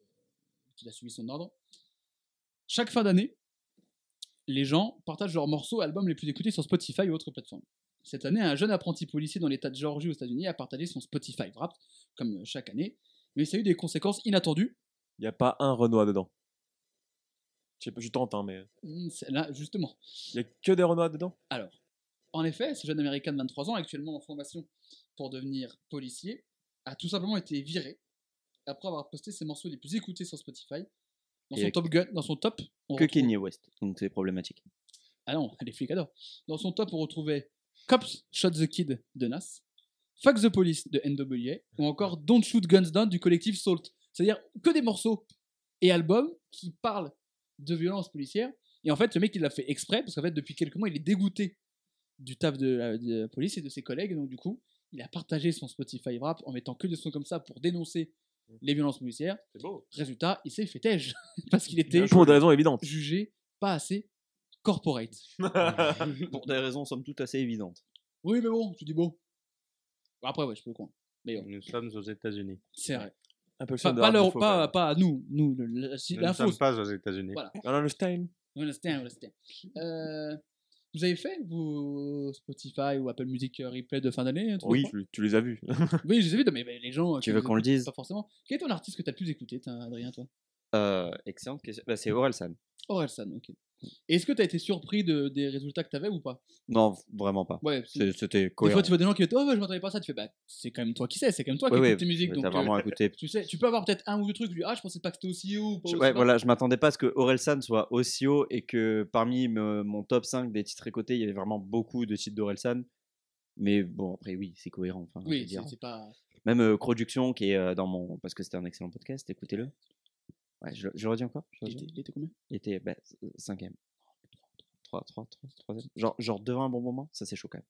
qu'il a suivi son ordre. Chaque fin d'année, les gens partagent leurs morceaux et albums les plus écoutés sur Spotify ou autres plateformes. Cette année, un jeune apprenti policier dans l'État de Géorgie aux États-Unis a partagé son Spotify Wrapped, comme chaque année, mais ça a eu des conséquences inattendues.
Y a pas un Renoir dedans. Je sais pas, je tente, hein, mais.
Hmm, c'est- Là, justement.
Y a que des Renoir dedans
Alors, en effet, ce jeune Américain de 23 ans, actuellement en formation pour devenir policier, a tout simplement été viré après avoir posté ses morceaux les plus écoutés sur Spotify. Dans son
Et avec-
top, gun, dans son top on
Que
retrouve-
Kanye West. Donc c'est problématique.
Ah non, [laughs] les flics adorent. Dans son top, on retrouvait Cops Shot the Kid de Nas, Fuck the Police de NWA, ou encore Don't Shoot Guns Down du collectif Salt. C'est-à-dire que des morceaux et albums qui parlent de violence policière. Et en fait, le mec, il l'a fait exprès, parce qu'en fait, depuis quelques mois, il est dégoûté du taf de la, de la police et de ses collègues. Donc, du coup, il a partagé son Spotify rap en mettant que des sons comme ça pour dénoncer les violences policières.
C'est beau.
Résultat, il s'est fait tège, [laughs] parce qu'il était
Pour des raisons évidentes.
jugé pas assez
[laughs]
corporate.
[laughs]
[laughs]
Pour des raisons, somme toute, assez évidentes.
Oui, mais bon, tu dis beau. Après, ouais, je peux comprendre.
Nous sommes aux États-Unis.
C'est vrai.
Un peu le
Pas,
style de
pas,
Hard
leur-
Info,
pas,
quand
pas à nous, nous, le- la- si-
Nous ne
l'info.
sommes pas aux États-Unis.
Voilà.
même. Dans le style.
On understand, on understand. Euh, vous avez fait vos Spotify ou Apple Music euh, Replay de fin d'année tous les
Oui,
trois
tu, tu les as vus.
Oui, je les ai vus, non, mais, mais les gens. euh,
Tu
qui
veux
nous
qu'on le
écoutent
dise
Pas forcément. Quel est ton artiste que t'as le plus écouté, t'as- Adrien, toi
Euh, excellente question. Bah,
Mmh.
c'est Orelsan.
Orelsan, ok. Et est-ce que t'as été surpris de- des résultats que t'avais ou pas
Non, v- vraiment pas.
Ouais, c'est-
C'est- C'était
Mmh. Des fois,
cohérent.
tu vois des gens qui disent Oh, ouais, je m'attendais pas à ça. Tu fais Bah, c'est quand même toi qui sais, c'est quand même toi
Ouais,
qui
ouais,
écoutes tes musiques. Donc,
T'as
euh,
vraiment
[laughs]
écouté.
tu sais, tu peux avoir peut-être un ou deux trucs. tu dis, Ah, je pensais pas que c'était aussi haut. ou pas
Je-
aussi
ouais,
bas.
voilà, je m'attendais pas à ce que Orelsan soit aussi haut et que parmi me- mon top 5 des titres écoutés, il y avait vraiment beaucoup de titres d'Orelsan. Mais bon, après, oui, c'est cohérent. enfin, je veux
Oui, c'est
dire.
c'est pas.
Même euh, Production, qui est euh, dans mon. Parce que c'était un excellent podcast, écoutez-le. Ouais, je, le- je le redis encore je le
Il
redis
était- il était combien
Il était bah, 5ème. 3, 3, 3, 3 Genre, genre devant un bon moment, ça c'est chaud quand même.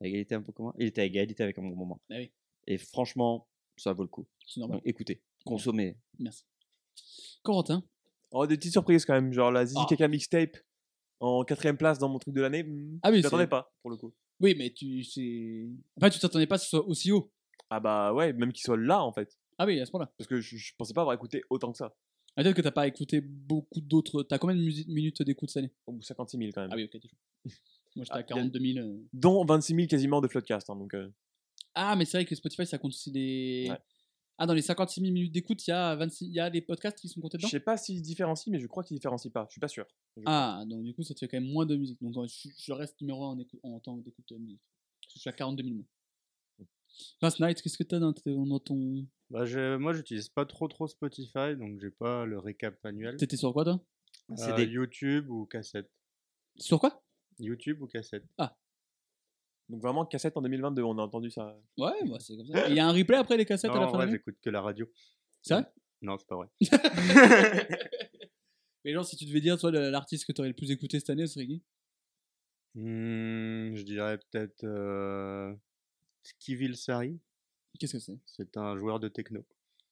À égalité. un peu comment Il était à égalité avec un bon moment.
Ah oui. Ah bah.
Et franchement, ça vaut le coup.
C'est normal.
Donc, écoutez, consommez.
Merci. Corentin,
Oh, des petites surprises quand même. Genre la Zizi
Ah.
Kaka mixtape en quatrième place dans mon truc de l'année. hmm,
Ah oui,
Je l'attendais
c'est-
pas pour le coup.
Oui, mais tu c'est. Enfin, tu t'attendais pas que ce soit aussi haut.
Ah bah ouais, même qu'il soit là en fait.
Ah oui, à ce point-là.
Parce que je, je pensais pas avoir écouté autant que ça.
Ah, Peut-être que t'as pas écouté beaucoup d'autres. T'as combien de musi- minutes d'écoute cette année
Au bout de 56 000 quand même.
Ah oui, ok,
[laughs]
déjà. Moi, j'étais
Ah,
à
bien.
42 000. euh.
Dont 26 000 quasiment de Floodcast. hein, donc, euh,
Ah, mais c'est vrai que Spotify, ça compte aussi des.
Ouais.
Ah, dans les 56 000 minutes d'écoute, il y a 26... il y a des podcasts qui sont comptés
je
dedans
sais pas s'il différencie, mais je crois qu'il différencie pas. Je suis pas sûr. Je-
Ah, donc du coup, ça te fait quand même moins de musique. Donc, euh, je, je reste numéro 1 en, écou- en temps d'écoute de musique. Je suis à 42 000 mois. Last Night, qu'est-ce que t'as dans, tes- dans ton.
Bah, je- moi, j'utilise pas trop trop Spotify, donc j'ai pas le récap annuel.
T'étais sur quoi, toi
Euh,
CD.
YouTube ou cassette.
Sur quoi
YouTube ou cassette.
Donc vraiment, cassette en 2022, on a entendu ça.
Ouais, bah, c'est comme ça. Et Il y a un replay après les cassettes
non,
à la
en
fin de
vrai,
l'année
j'écoute que la radio.
C'est vrai
Non, c'est pas vrai.
Mais genre, si tu devais dire, toi, le- l'artiste que t'aurais le plus écouté cette année, ce serait qui
Hmm, je dirais peut-être euh... Skivil Sari.
Qu'est-ce que c'est [laughs]
C'est un joueur de techno.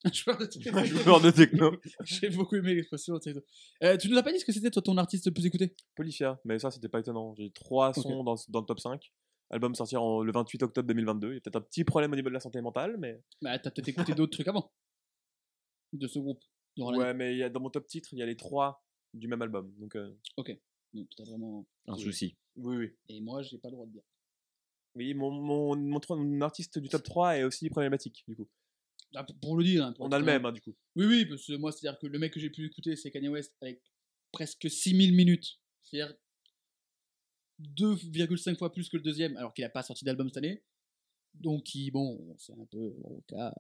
Un joueur de techno.
[laughs]
Un joueur de techno.
J'ai beaucoup aimé l'expression. tu sais. Euh, tu nous as pas dit ce que c'était, toi, ton artiste le plus écouté
Polyphia, mais ça c'était pas étonnant. J'ai trois sons dans, dans le top 5. Album sortir en- le 28 octobre 2022. Il y a peut-être un petit problème au niveau de la santé mentale, mais.
Bah, t'as peut-être écouté d'autres trucs avant de ce groupe. durant l'année.
Ouais, mais il y a, dans mon top titre, il y a les trois du même album. Donc, euh,
Donc, t'as vraiment.
Un souci.
oui, oui.
Et moi, j'ai pas le droit de dire.
Oui, mon, mon, mon, tro- mon artiste du top 3 est aussi problématique, du coup.
Ah, pour- pour le dire. hein, pour
On
être
a le
honnête.
même, hein, du coup.
Oui, oui, parce que moi, c'est-à-dire que le mec que j'ai pu écouter, c'est Kanye West avec presque 6000 minutes. C'est-à-dire 2,5 fois plus que le deuxième, alors qu'il n'a pas sorti d'album cette année. Donc, il, bon, c'est un peu au cas,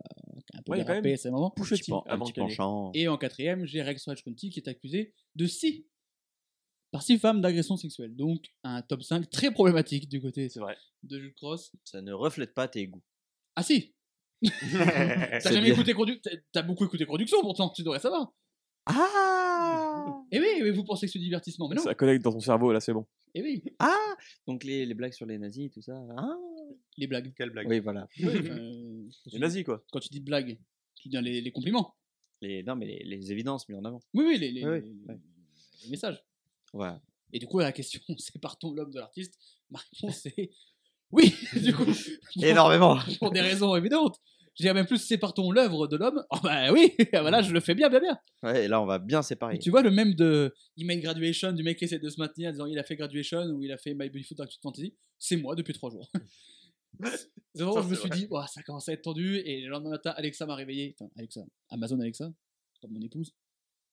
un peu
Ouais, il y a quand
dérapé à ce moment.
Un petit
Pouchetti,
pen- un
avant
petit
Kanye.
penchant.
Et en quatrième, j'ai Rex Watch County qui est accusé de 6 par 6 femmes d'agression sexuelle. Donc, un top 5 très problématique du côté
C'est vrai.
de Jules Cross.
Ça ne reflète pas tes goûts.
Ah si T'as
C'est
jamais
bien.
écouté Condu- t'as- T'as beaucoup écouté Conduction pourtant, tu devrais savoir
Ah
Eh oui, mais vous pensez que c'est du divertissement, mais non.
Ça connecte dans ton cerveau, là, c'est bon.
Eh oui,
Ah Donc les, les blagues sur les nazis, tout ça. Ah
les blagues.
Quelle blague.
oui, voilà.
Ouais, enfin, euh,
Les nazis, quoi.
quand tu dis blague, tu dis les, les compliments.
Les, non, mais les, les évidences mises en avant.
Oui, oui, les, les-
Oui,
les- les messages.
Ouais.
Et du coup, à la question, [laughs] sépare-t-on l'homme de l'artiste Ma réponse est [laughs] oui, du
[laughs]
coup. pour-
Énormément
Pour des raisons évidentes. Je dirais même plus, sépare-t-on l'œuvre de l'homme Oh bah oui, [laughs] ah bah là, je le fais bien, bien, bien.
Ouais, et là, on va bien
Et
séparer. [laughs]
tu vois le même de Email Graduation, du mec qui essaie de se maintenir en disant il a fait Graduation ou il a fait My Beautiful Dark Fantasy, c'est moi depuis trois
[laughs]
jours. C'est vraiment,
Ça,
je me
c'est
suis dit, Ouah, ça commence à être tendu, et le lendemain matin, Alexa m'a réveillé, enfin, Alexa, Amazon Alexa, comme mon
[laughs]
épouse,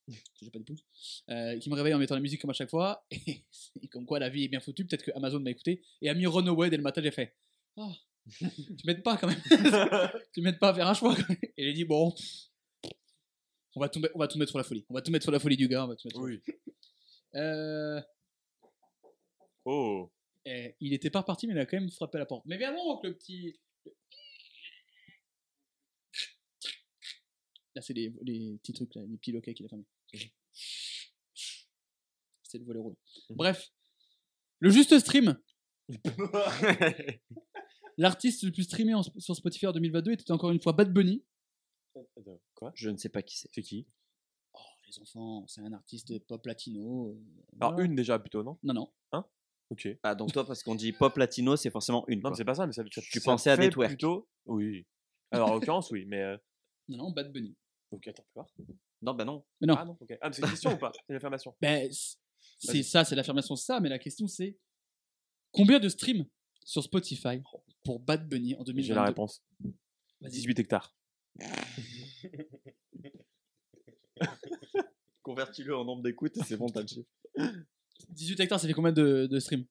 parce que j'ai pas d'épouse, euh, qui me réveille en mettant la musique comme à chaque fois, [laughs] et, c'est comme quoi la vie est bien foutue, peut-être que Amazon m'a écouté, et a mis Runaway dès le matin, j'ai fait,
[laughs]
ah, tu m'aides pas quand même, tu m'aides pas à faire un choix, quand même. et j'ai dit, bon, on va, tout, met- on va tout mettre sur la folie. On va tout mettre sur la folie du gars. On va tout mettre sur-
Oui.
Euh,
Oh.
eh, il était pas reparti, mais il a quand même frappé à la porte. Mais viens donc, le petit. Là, c'est les, les petits trucs, là, les petits loquets qu'il a fermés. C'est le volet roulant.
Mhm.
Bref, le juste stream. L'artiste le plus streamé en- sur Spotify en 2022 était encore une fois Bad Bunny.
Attends, Quoi
Je ne sais pas qui c'est.
C'est qui
Oh, les enfants, c'est un artiste pop latino. euh,
Alors,
voilà.
une déjà, plutôt, non
Non, non.
Ok.
Ah, donc toi, parce qu'on dit pop latino, c'est forcément une.
Non, mais
quoi.
c'est pas ça, mais ça veut dire.
Tu pensais à des twerk.
plutôt. Oui. Alors, en l'occurrence, oui, mais. euh,
Non, non, Bad Bunny.
Ok, attends, tu vois.
Non, bah non.
Mais non.
Ah non, ok. Ah, mais c'est une question ou pas C'est une affirmation.
Ben, c- c'est ça, c'est l'affirmation de ça, mais la question c'est combien de streams sur Spotify pour Bad Bunny en
J'ai la
2022
réponse.
Vas-y.
18 hectares.
Convertis-le en nombre d'écoutes et c'est bon, t'as le chiffre.
18 hectares, ça fait combien de, de streams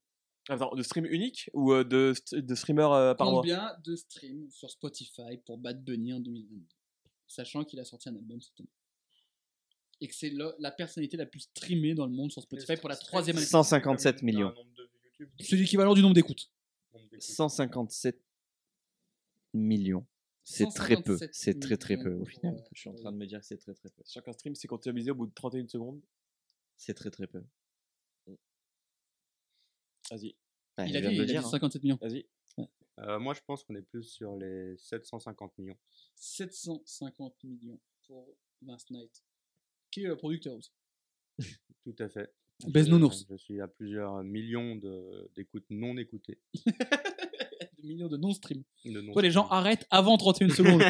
Attends, de stream unique ou euh, de, st- de streamer euh, par mois
Combien de streams sur Spotify pour Bad Bunny en 2022 Sachant qu'il a sorti un album cette année. Et que c'est le- la personnalité la plus streamée dans le monde sur Spotify pour la troisième année.
157 millions.
C'est l'équivalent du nombre d'écoutes.
157 millions. C'est très peu.
157
C'est très très peu
millions
au final.
pour, euh,
Je suis en train de me dire que c'est très très peu.
Chacun stream, c'est comptabilisé au bout de 31 secondes.
C'est très très peu.
Vas-y,
Bah,
Il
je
a
viens
dit,
de le
il a
dire,
dit
hein.
57 millions.
vas-y.
Euh, moi, je pense qu'on est plus sur les 750 millions.
750 millions pour Vince Knight, qui est le producteur aussi. [laughs]
Tout à fait.
Baise
Je-
nounours.
Je suis à plusieurs millions de- d'écoutes non écoutées.
Des millions de non-stream.
de non-
Toi, les gens arrêtent avant 31
[laughs]
secondes.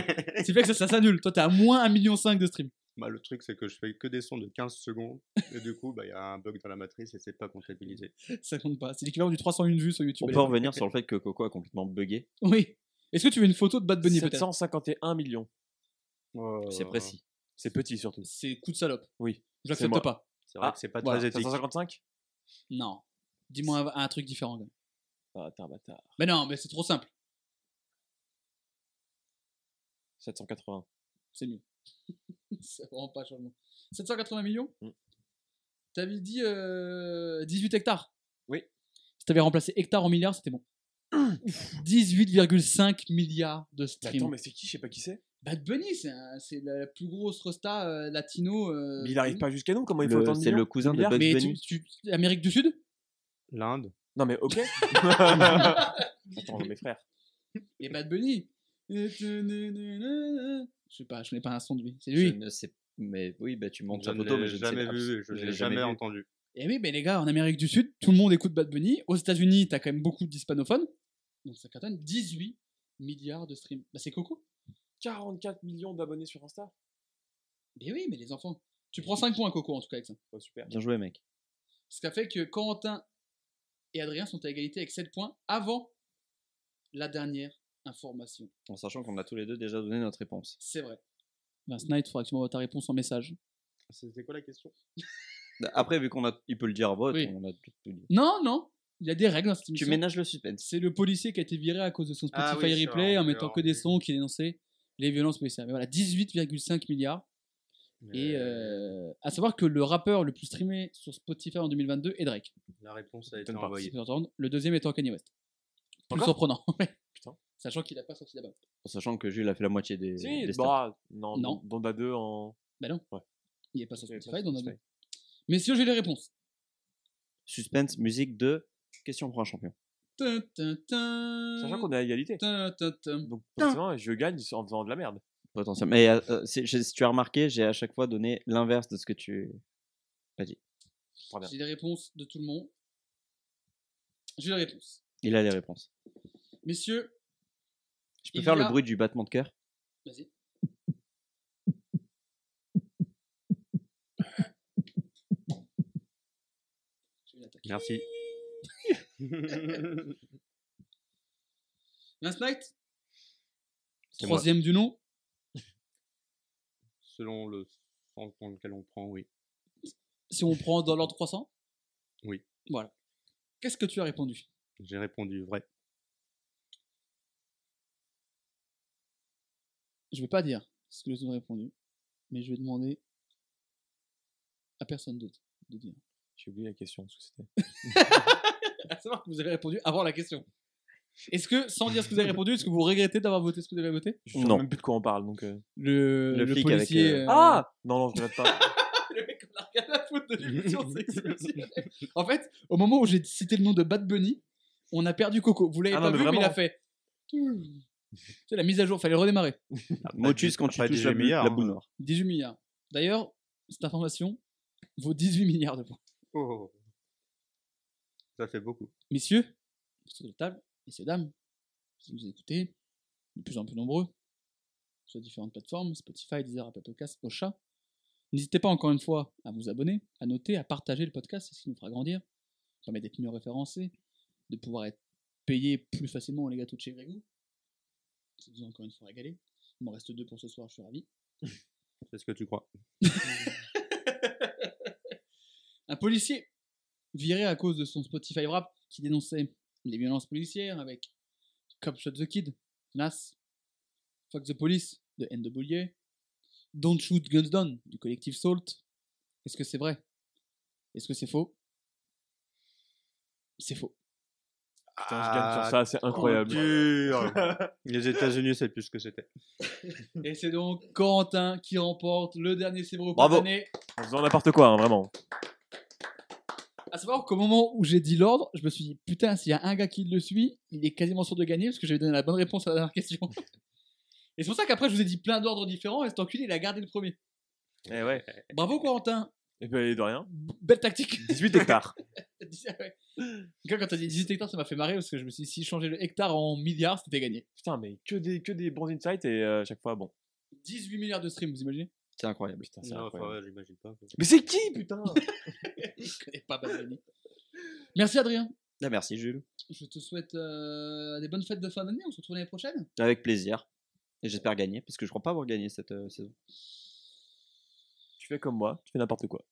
C'est fait que ça, ça s'annule. Toi, t'es à moins 1,5 million de stream.
Bah, le truc, c'est que je fais que des sons de 15 secondes. Et du coup, bah, il y a un bug dans la matrice et c'est pas comptabilisé.
Ça compte pas. C'est l'équivalent du 301 vues sur YouTube.
On peut en revenir sur le fait que Coco a complètement buggé.
[laughs] Oui. Est-ce que tu veux une photo de Bad Bunny peut-être
751 millions.
C'est
Euh,
précis.
C'est petit surtout.
C'est coup de salope.
Oui.
Je
C'est
l'accepte
moi.
pas.
C'est vrai
Ah,
que c'est pas
voilà,
très éthique.
755
Non. Dis-moi un, un truc différent. quand même.
Ah, t'es un bâtard.
Mais non, mais c'est trop simple.
780.
C'est mieux. [laughs] c'est vraiment pas changement. 780 millions
Mm.
T'avais dit euh, 18 hectares
Oui.
Si t'avais remplacé hectare en milliards,
[coughs]
c'était bon. Ouf, 18,5 milliards de
Mais
streams.
Bah, Attends, mais c'est qui Je sais pas qui c'est.
Bad Bunny, c'est un- c'est la, la plus grosse resta euh, latino. euh,
Mais il arrive pas jusqu'à nous, comment il faut
Le-
autant de
C'est
millions
le cousin de
milliards.
Bugs
Mais
Bunny.
tu, tu- Amérique du Sud
L'Inde,
Non mais ok. Attends, mes frères.
Et Bad Bunny Je sais pas, je connais pas un son de lui. C'est
Je
lui.
ne sais- Mais oui, bah, [laughs] tu montres
je
la
ne
photo, mais
l'ai
je ne sais
jamais
pas.
vu, je
Je
l'ai
l'ai
jamais
vu.
entendu.
Et oui, mais les gars, en Amérique du Sud, tout le monde écoute Bad Bunny. Aux États-Unis, t'as quand même beaucoup d'hispanophones. Donc ça cartonne 18 milliards de streams. Bah c'est coco.
44 millions d'abonnés sur Insta.
Mais Ben oui, mais les enfants. Tu prends 5 points, Coco, en tout cas, avec ça.
Oh, super.
Bien joué, mec.
Ce qui a fait que Corentin et Adrien sont à égalité avec 7 points avant la dernière information.
En sachant qu'on a tous les deux déjà donné notre réponse.
C'est vrai. Ben, Snipe, faudra que tu m'envoies ta réponse en message.
C'était quoi la question
Après, vu qu'on a, il peut le dire à vote,
Oui.
on a tout tout dit.
Non, non, il y a des règles dans cette
Tu
émission.
ménages le suspense.
C'est le policier qui a été viré à cause de son Spotify
Ah oui, c'est
replay
vrai,
en
on l'a
mettant que des
entendu.
sons qui dénonçaient les violences policières. Mais voilà, 18,5 milliards. Et euh, à savoir que le rappeur le plus streamé sur Spotify en 2022 est Drake.
La réponse a été
Étonne pas.
Si
envoyée.
tu entends, Le deuxième étant Kanye West. Plus
Encore
surprenant. [laughs]
Putain.
Sachant qu'il n'a pas sorti d'abord.
En sachant que Jules a fait la moitié des,
Si,
des
bon,
stats.
ah, non,
Non.
non. Donda 2 en...
Il n'est pas sur
Il est pas
Spotify,
sur
donc on a
Spotify.
bon. Messieurs, j'ai les réponses.
Suspense, musique de question pour un champion.
Tin, tin,
Sachant
tin,
qu'on est à égalité.
tin, tin, tin.
Donc forcément, je gagne en faisant de la merde.
Potentiel. Mais euh, euh, c'est- je- si tu as remarqué, j'ai à chaque fois donné l'inverse de ce que tu.
J'ai les réponses de tout le monde. J'ai les réponses.
Il a les réponses.
Messieurs,
Je peux
Il
faire
y a-
le bruit du battement de cœur
Vas-y. J'ai une attaque.
Merci.
Last Night
C'est moi.
Troisième du nom.
[laughs] Selon le sens dans lequel on prend, oui.
Si on prend dans l'ordre croissant
Oui.
Voilà. Qu'est-ce que tu as répondu
J'ai répondu vrai.
Je vais pas dire ce que les autres ont répondu, mais je vais demander à personne d'autre de dire.
J'ai oublié la question. parce que c'était-
[laughs] À savoir que vous avez répondu avant la question. Est-ce que, sans dire ce que vous avez répondu, est-ce que vous regrettez d'avoir voté ce que vous avez voté
Je sais
Non.
même plus de quoi on parle. Donc, euh.
Le,
Le flic avec,
policier.
euh,
euh,
Ah Non, non, je regrette pas.
Le mec, on a rien à foutre de l'émission,
[laughs]
c'est exceptionnel. En fait, au moment où j'ai cité le nom de Bad Bunny, on a perdu Coco. Vous l'avez
Ah
pas
non, mais
vu, mais il a
vraiment.
fait. C'est la mise à jour, fallait redémarrer.
Motus, quand tu
Ah, après
touches
18
la, boule-
milliards,
la
hein.
boule noire.
18 milliards. D'ailleurs, cette information vaut 18 milliards de points.
Oh. Ça fait beaucoup.
Messieurs, sur la table, messieurs, dames, qui nous écoutez, de plus en plus nombreux, sur différentes plateformes, Spotify, Deezer, Apple Podcasts, Ocha, n'hésitez pas encore une fois à vous abonner, à noter, à partager le podcast, c'est ce qui nous fera grandir, ça permet d'être mieux référencés, de pouvoir être payé plus facilement les gâteaux de chez Grégou. Ça vous a encore une fois régalé. Il m'en reste deux pour ce soir, je suis ravi.
C'est ce que tu crois.
Un policier viré à cause de son Spotify rap qui dénonçait les violences policières avec Cop Shot the Kid, Nas, Fuck the Police de NWA, Don't Shoot Guns Down du collectif Salt. Est-ce que c'est vrai Est-ce que c'est faux C'est faux.
Putain, je gagne sur ça, c'est
[laughs]
incroyable.
Dur. Les États-Unis, c'est plus ce que c'était.
Et c'est donc Corentin qui remporte le dernier C'est vrai ou pas
Bravo.
de l'année.
En faisant n'importe quoi, hein, vraiment.
À savoir qu'au moment où j'ai dit l'ordre, je me suis dit putain, s'il y a un gars qui le suit, il est quasiment sûr de gagner parce que j'avais donné la bonne réponse à la dernière
[laughs]
question. et c'est pour ça qu'après, je vous ai dit plein d'ordres différents et cet enculé, il a gardé le premier.
Eh ouais.
Bravo Corentin
Et ben, de rien.
Belle
[laughs]
tactique
18 hectares.
Ah ouais. Quand quand t'as dit 18 hectares, ça m'a fait marrer parce que je me suis dit, si je changeais le hectare en milliards, c'était gagné.
Putain, mais que des, que des bons insights et euh, à chaque fois, bon.
18 milliards de streams, vous
[laughs]
imaginez
Bah, C'est incroyable.
Putain, c'est
Non, enfin,
incroyable.
ouais, j'imagine pas. quoi.
Mais c'est qui, putain
Je connais pas Bad Bunny. Merci Adrien.
Ah, merci Jules.
Je te souhaite euh, des bonnes fêtes de fin d'année. On se retrouve l'année prochaine.
Avec plaisir. Et j'espère gagner, parce que je crois pas avoir gagné cette euh, saison.
Tu fais comme moi, tu fais n'importe quoi.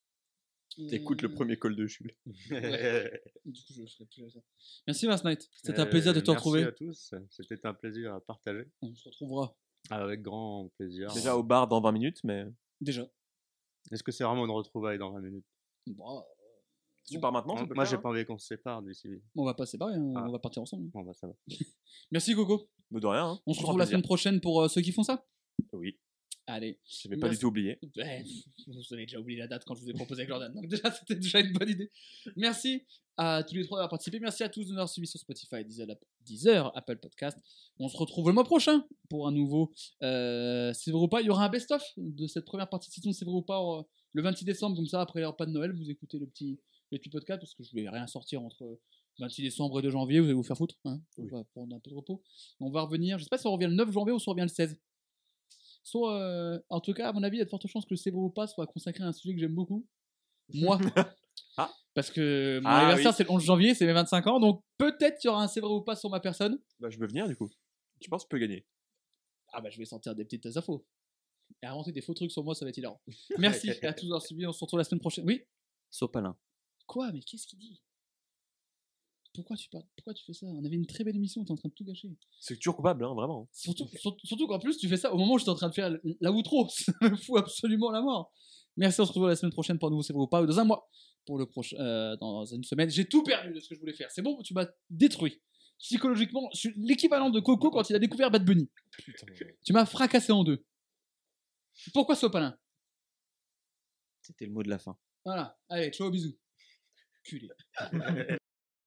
Mmh.
T'écoutes le premier call de Jules.
Du coup, je ferai plus ça. Merci Vince Knight. C'était un plaisir de
Euh,
te retrouver.
Merci à tous. C'était un plaisir à partager.
On se retrouvera
Avec grand plaisir.
Déjà au bar dans 20 minutes, mais.
déjà.
Est-ce que c'est vraiment une retrouvaille dans 20 minutes
Bon, euh,
Tu pars maintenant
Moi, j'ai pas envie qu'on se sépare d'ici.
on va pas se séparer, hein.
Ah.
on va partir ensemble.
Bon, bah, ça va.
Merci Coco.
Mais de rien. hein.
On se
Toujours un
retrouve la
plaisir.
semaine prochaine pour euh, ceux qui font ça.
Oui,
Allez.
je vais pas
Merci.
du tout oublier.
Ouais, [laughs] vous avez déjà oublié la date quand je vous ai proposé avec Jordan. Donc déjà, [laughs] c'était déjà une bonne idée. Merci à tous les trois d'avoir participé. Merci à tous de nous avoir suivis sur Spotify, Deezer, App- Deezer, Apple Podcast. On se retrouve le mois prochain pour un nouveau euh, C'est vrai ou pas. Il y aura un best-of de cette première partie de saison C'est vrai ou pas euh, le 26 décembre, comme ça, après les repas de Noël, vous écoutez le petit, le petit podcast parce que je vais rien sortir entre 26 décembre et 2 janvier. Vous allez vous faire foutre. Hein on va prendre un peu de repos. On va revenir. Je sais pas si on revient le 9 janvier ou si on revient le 16. Soit, euh, en tout cas, à mon avis, il y a de fortes chances que C'est vrai ou pas soit consacré à un sujet que j'aime beaucoup. Moi.
[laughs] Ah.
Parce que mon
Ah,
anniversaire,
oui.
c'est le 11 janvier, c'est mes 25 ans. Donc peut-être qu'il y aura un C'est vrai ou pas sur ma personne.
Bah, je peux venir du coup. Tu penses que je peux gagner
Ah bah, je vais sortir des petites infos. Et inventer des faux trucs sur moi, ça va être hilarant. Merci à tous d'avoir suivi. On se retrouve la semaine prochaine. Oui
Sopalin.
Quoi Mais qu'est-ce qu'il dit pourquoi tu, parles- pourquoi tu fais ça On avait une très belle émission, t'es en train de tout gâcher.
C'est toujours coupable, hein, vraiment.
Surtout, sur- surtout qu'en plus, tu fais ça au moment où j'étais en train de faire l- la outro. [laughs] Ça me fout absolument la mort. Merci, on se retrouve la semaine prochaine pour un nouveau C'est vrai ou pas, ou dans un mois, pour le prochain, euh, dans une semaine. J'ai tout perdu de ce que je voulais faire. C'est bon, tu m'as détruit. Psychologiquement, je suis l'équivalent de Coco quand il a découvert Bad Bunny.
Putain.
Tu m'as fracassé en deux. Pourquoi Sopalin
C'était le mot de la fin.
Voilà. Allez, ciao, bisous. Culé.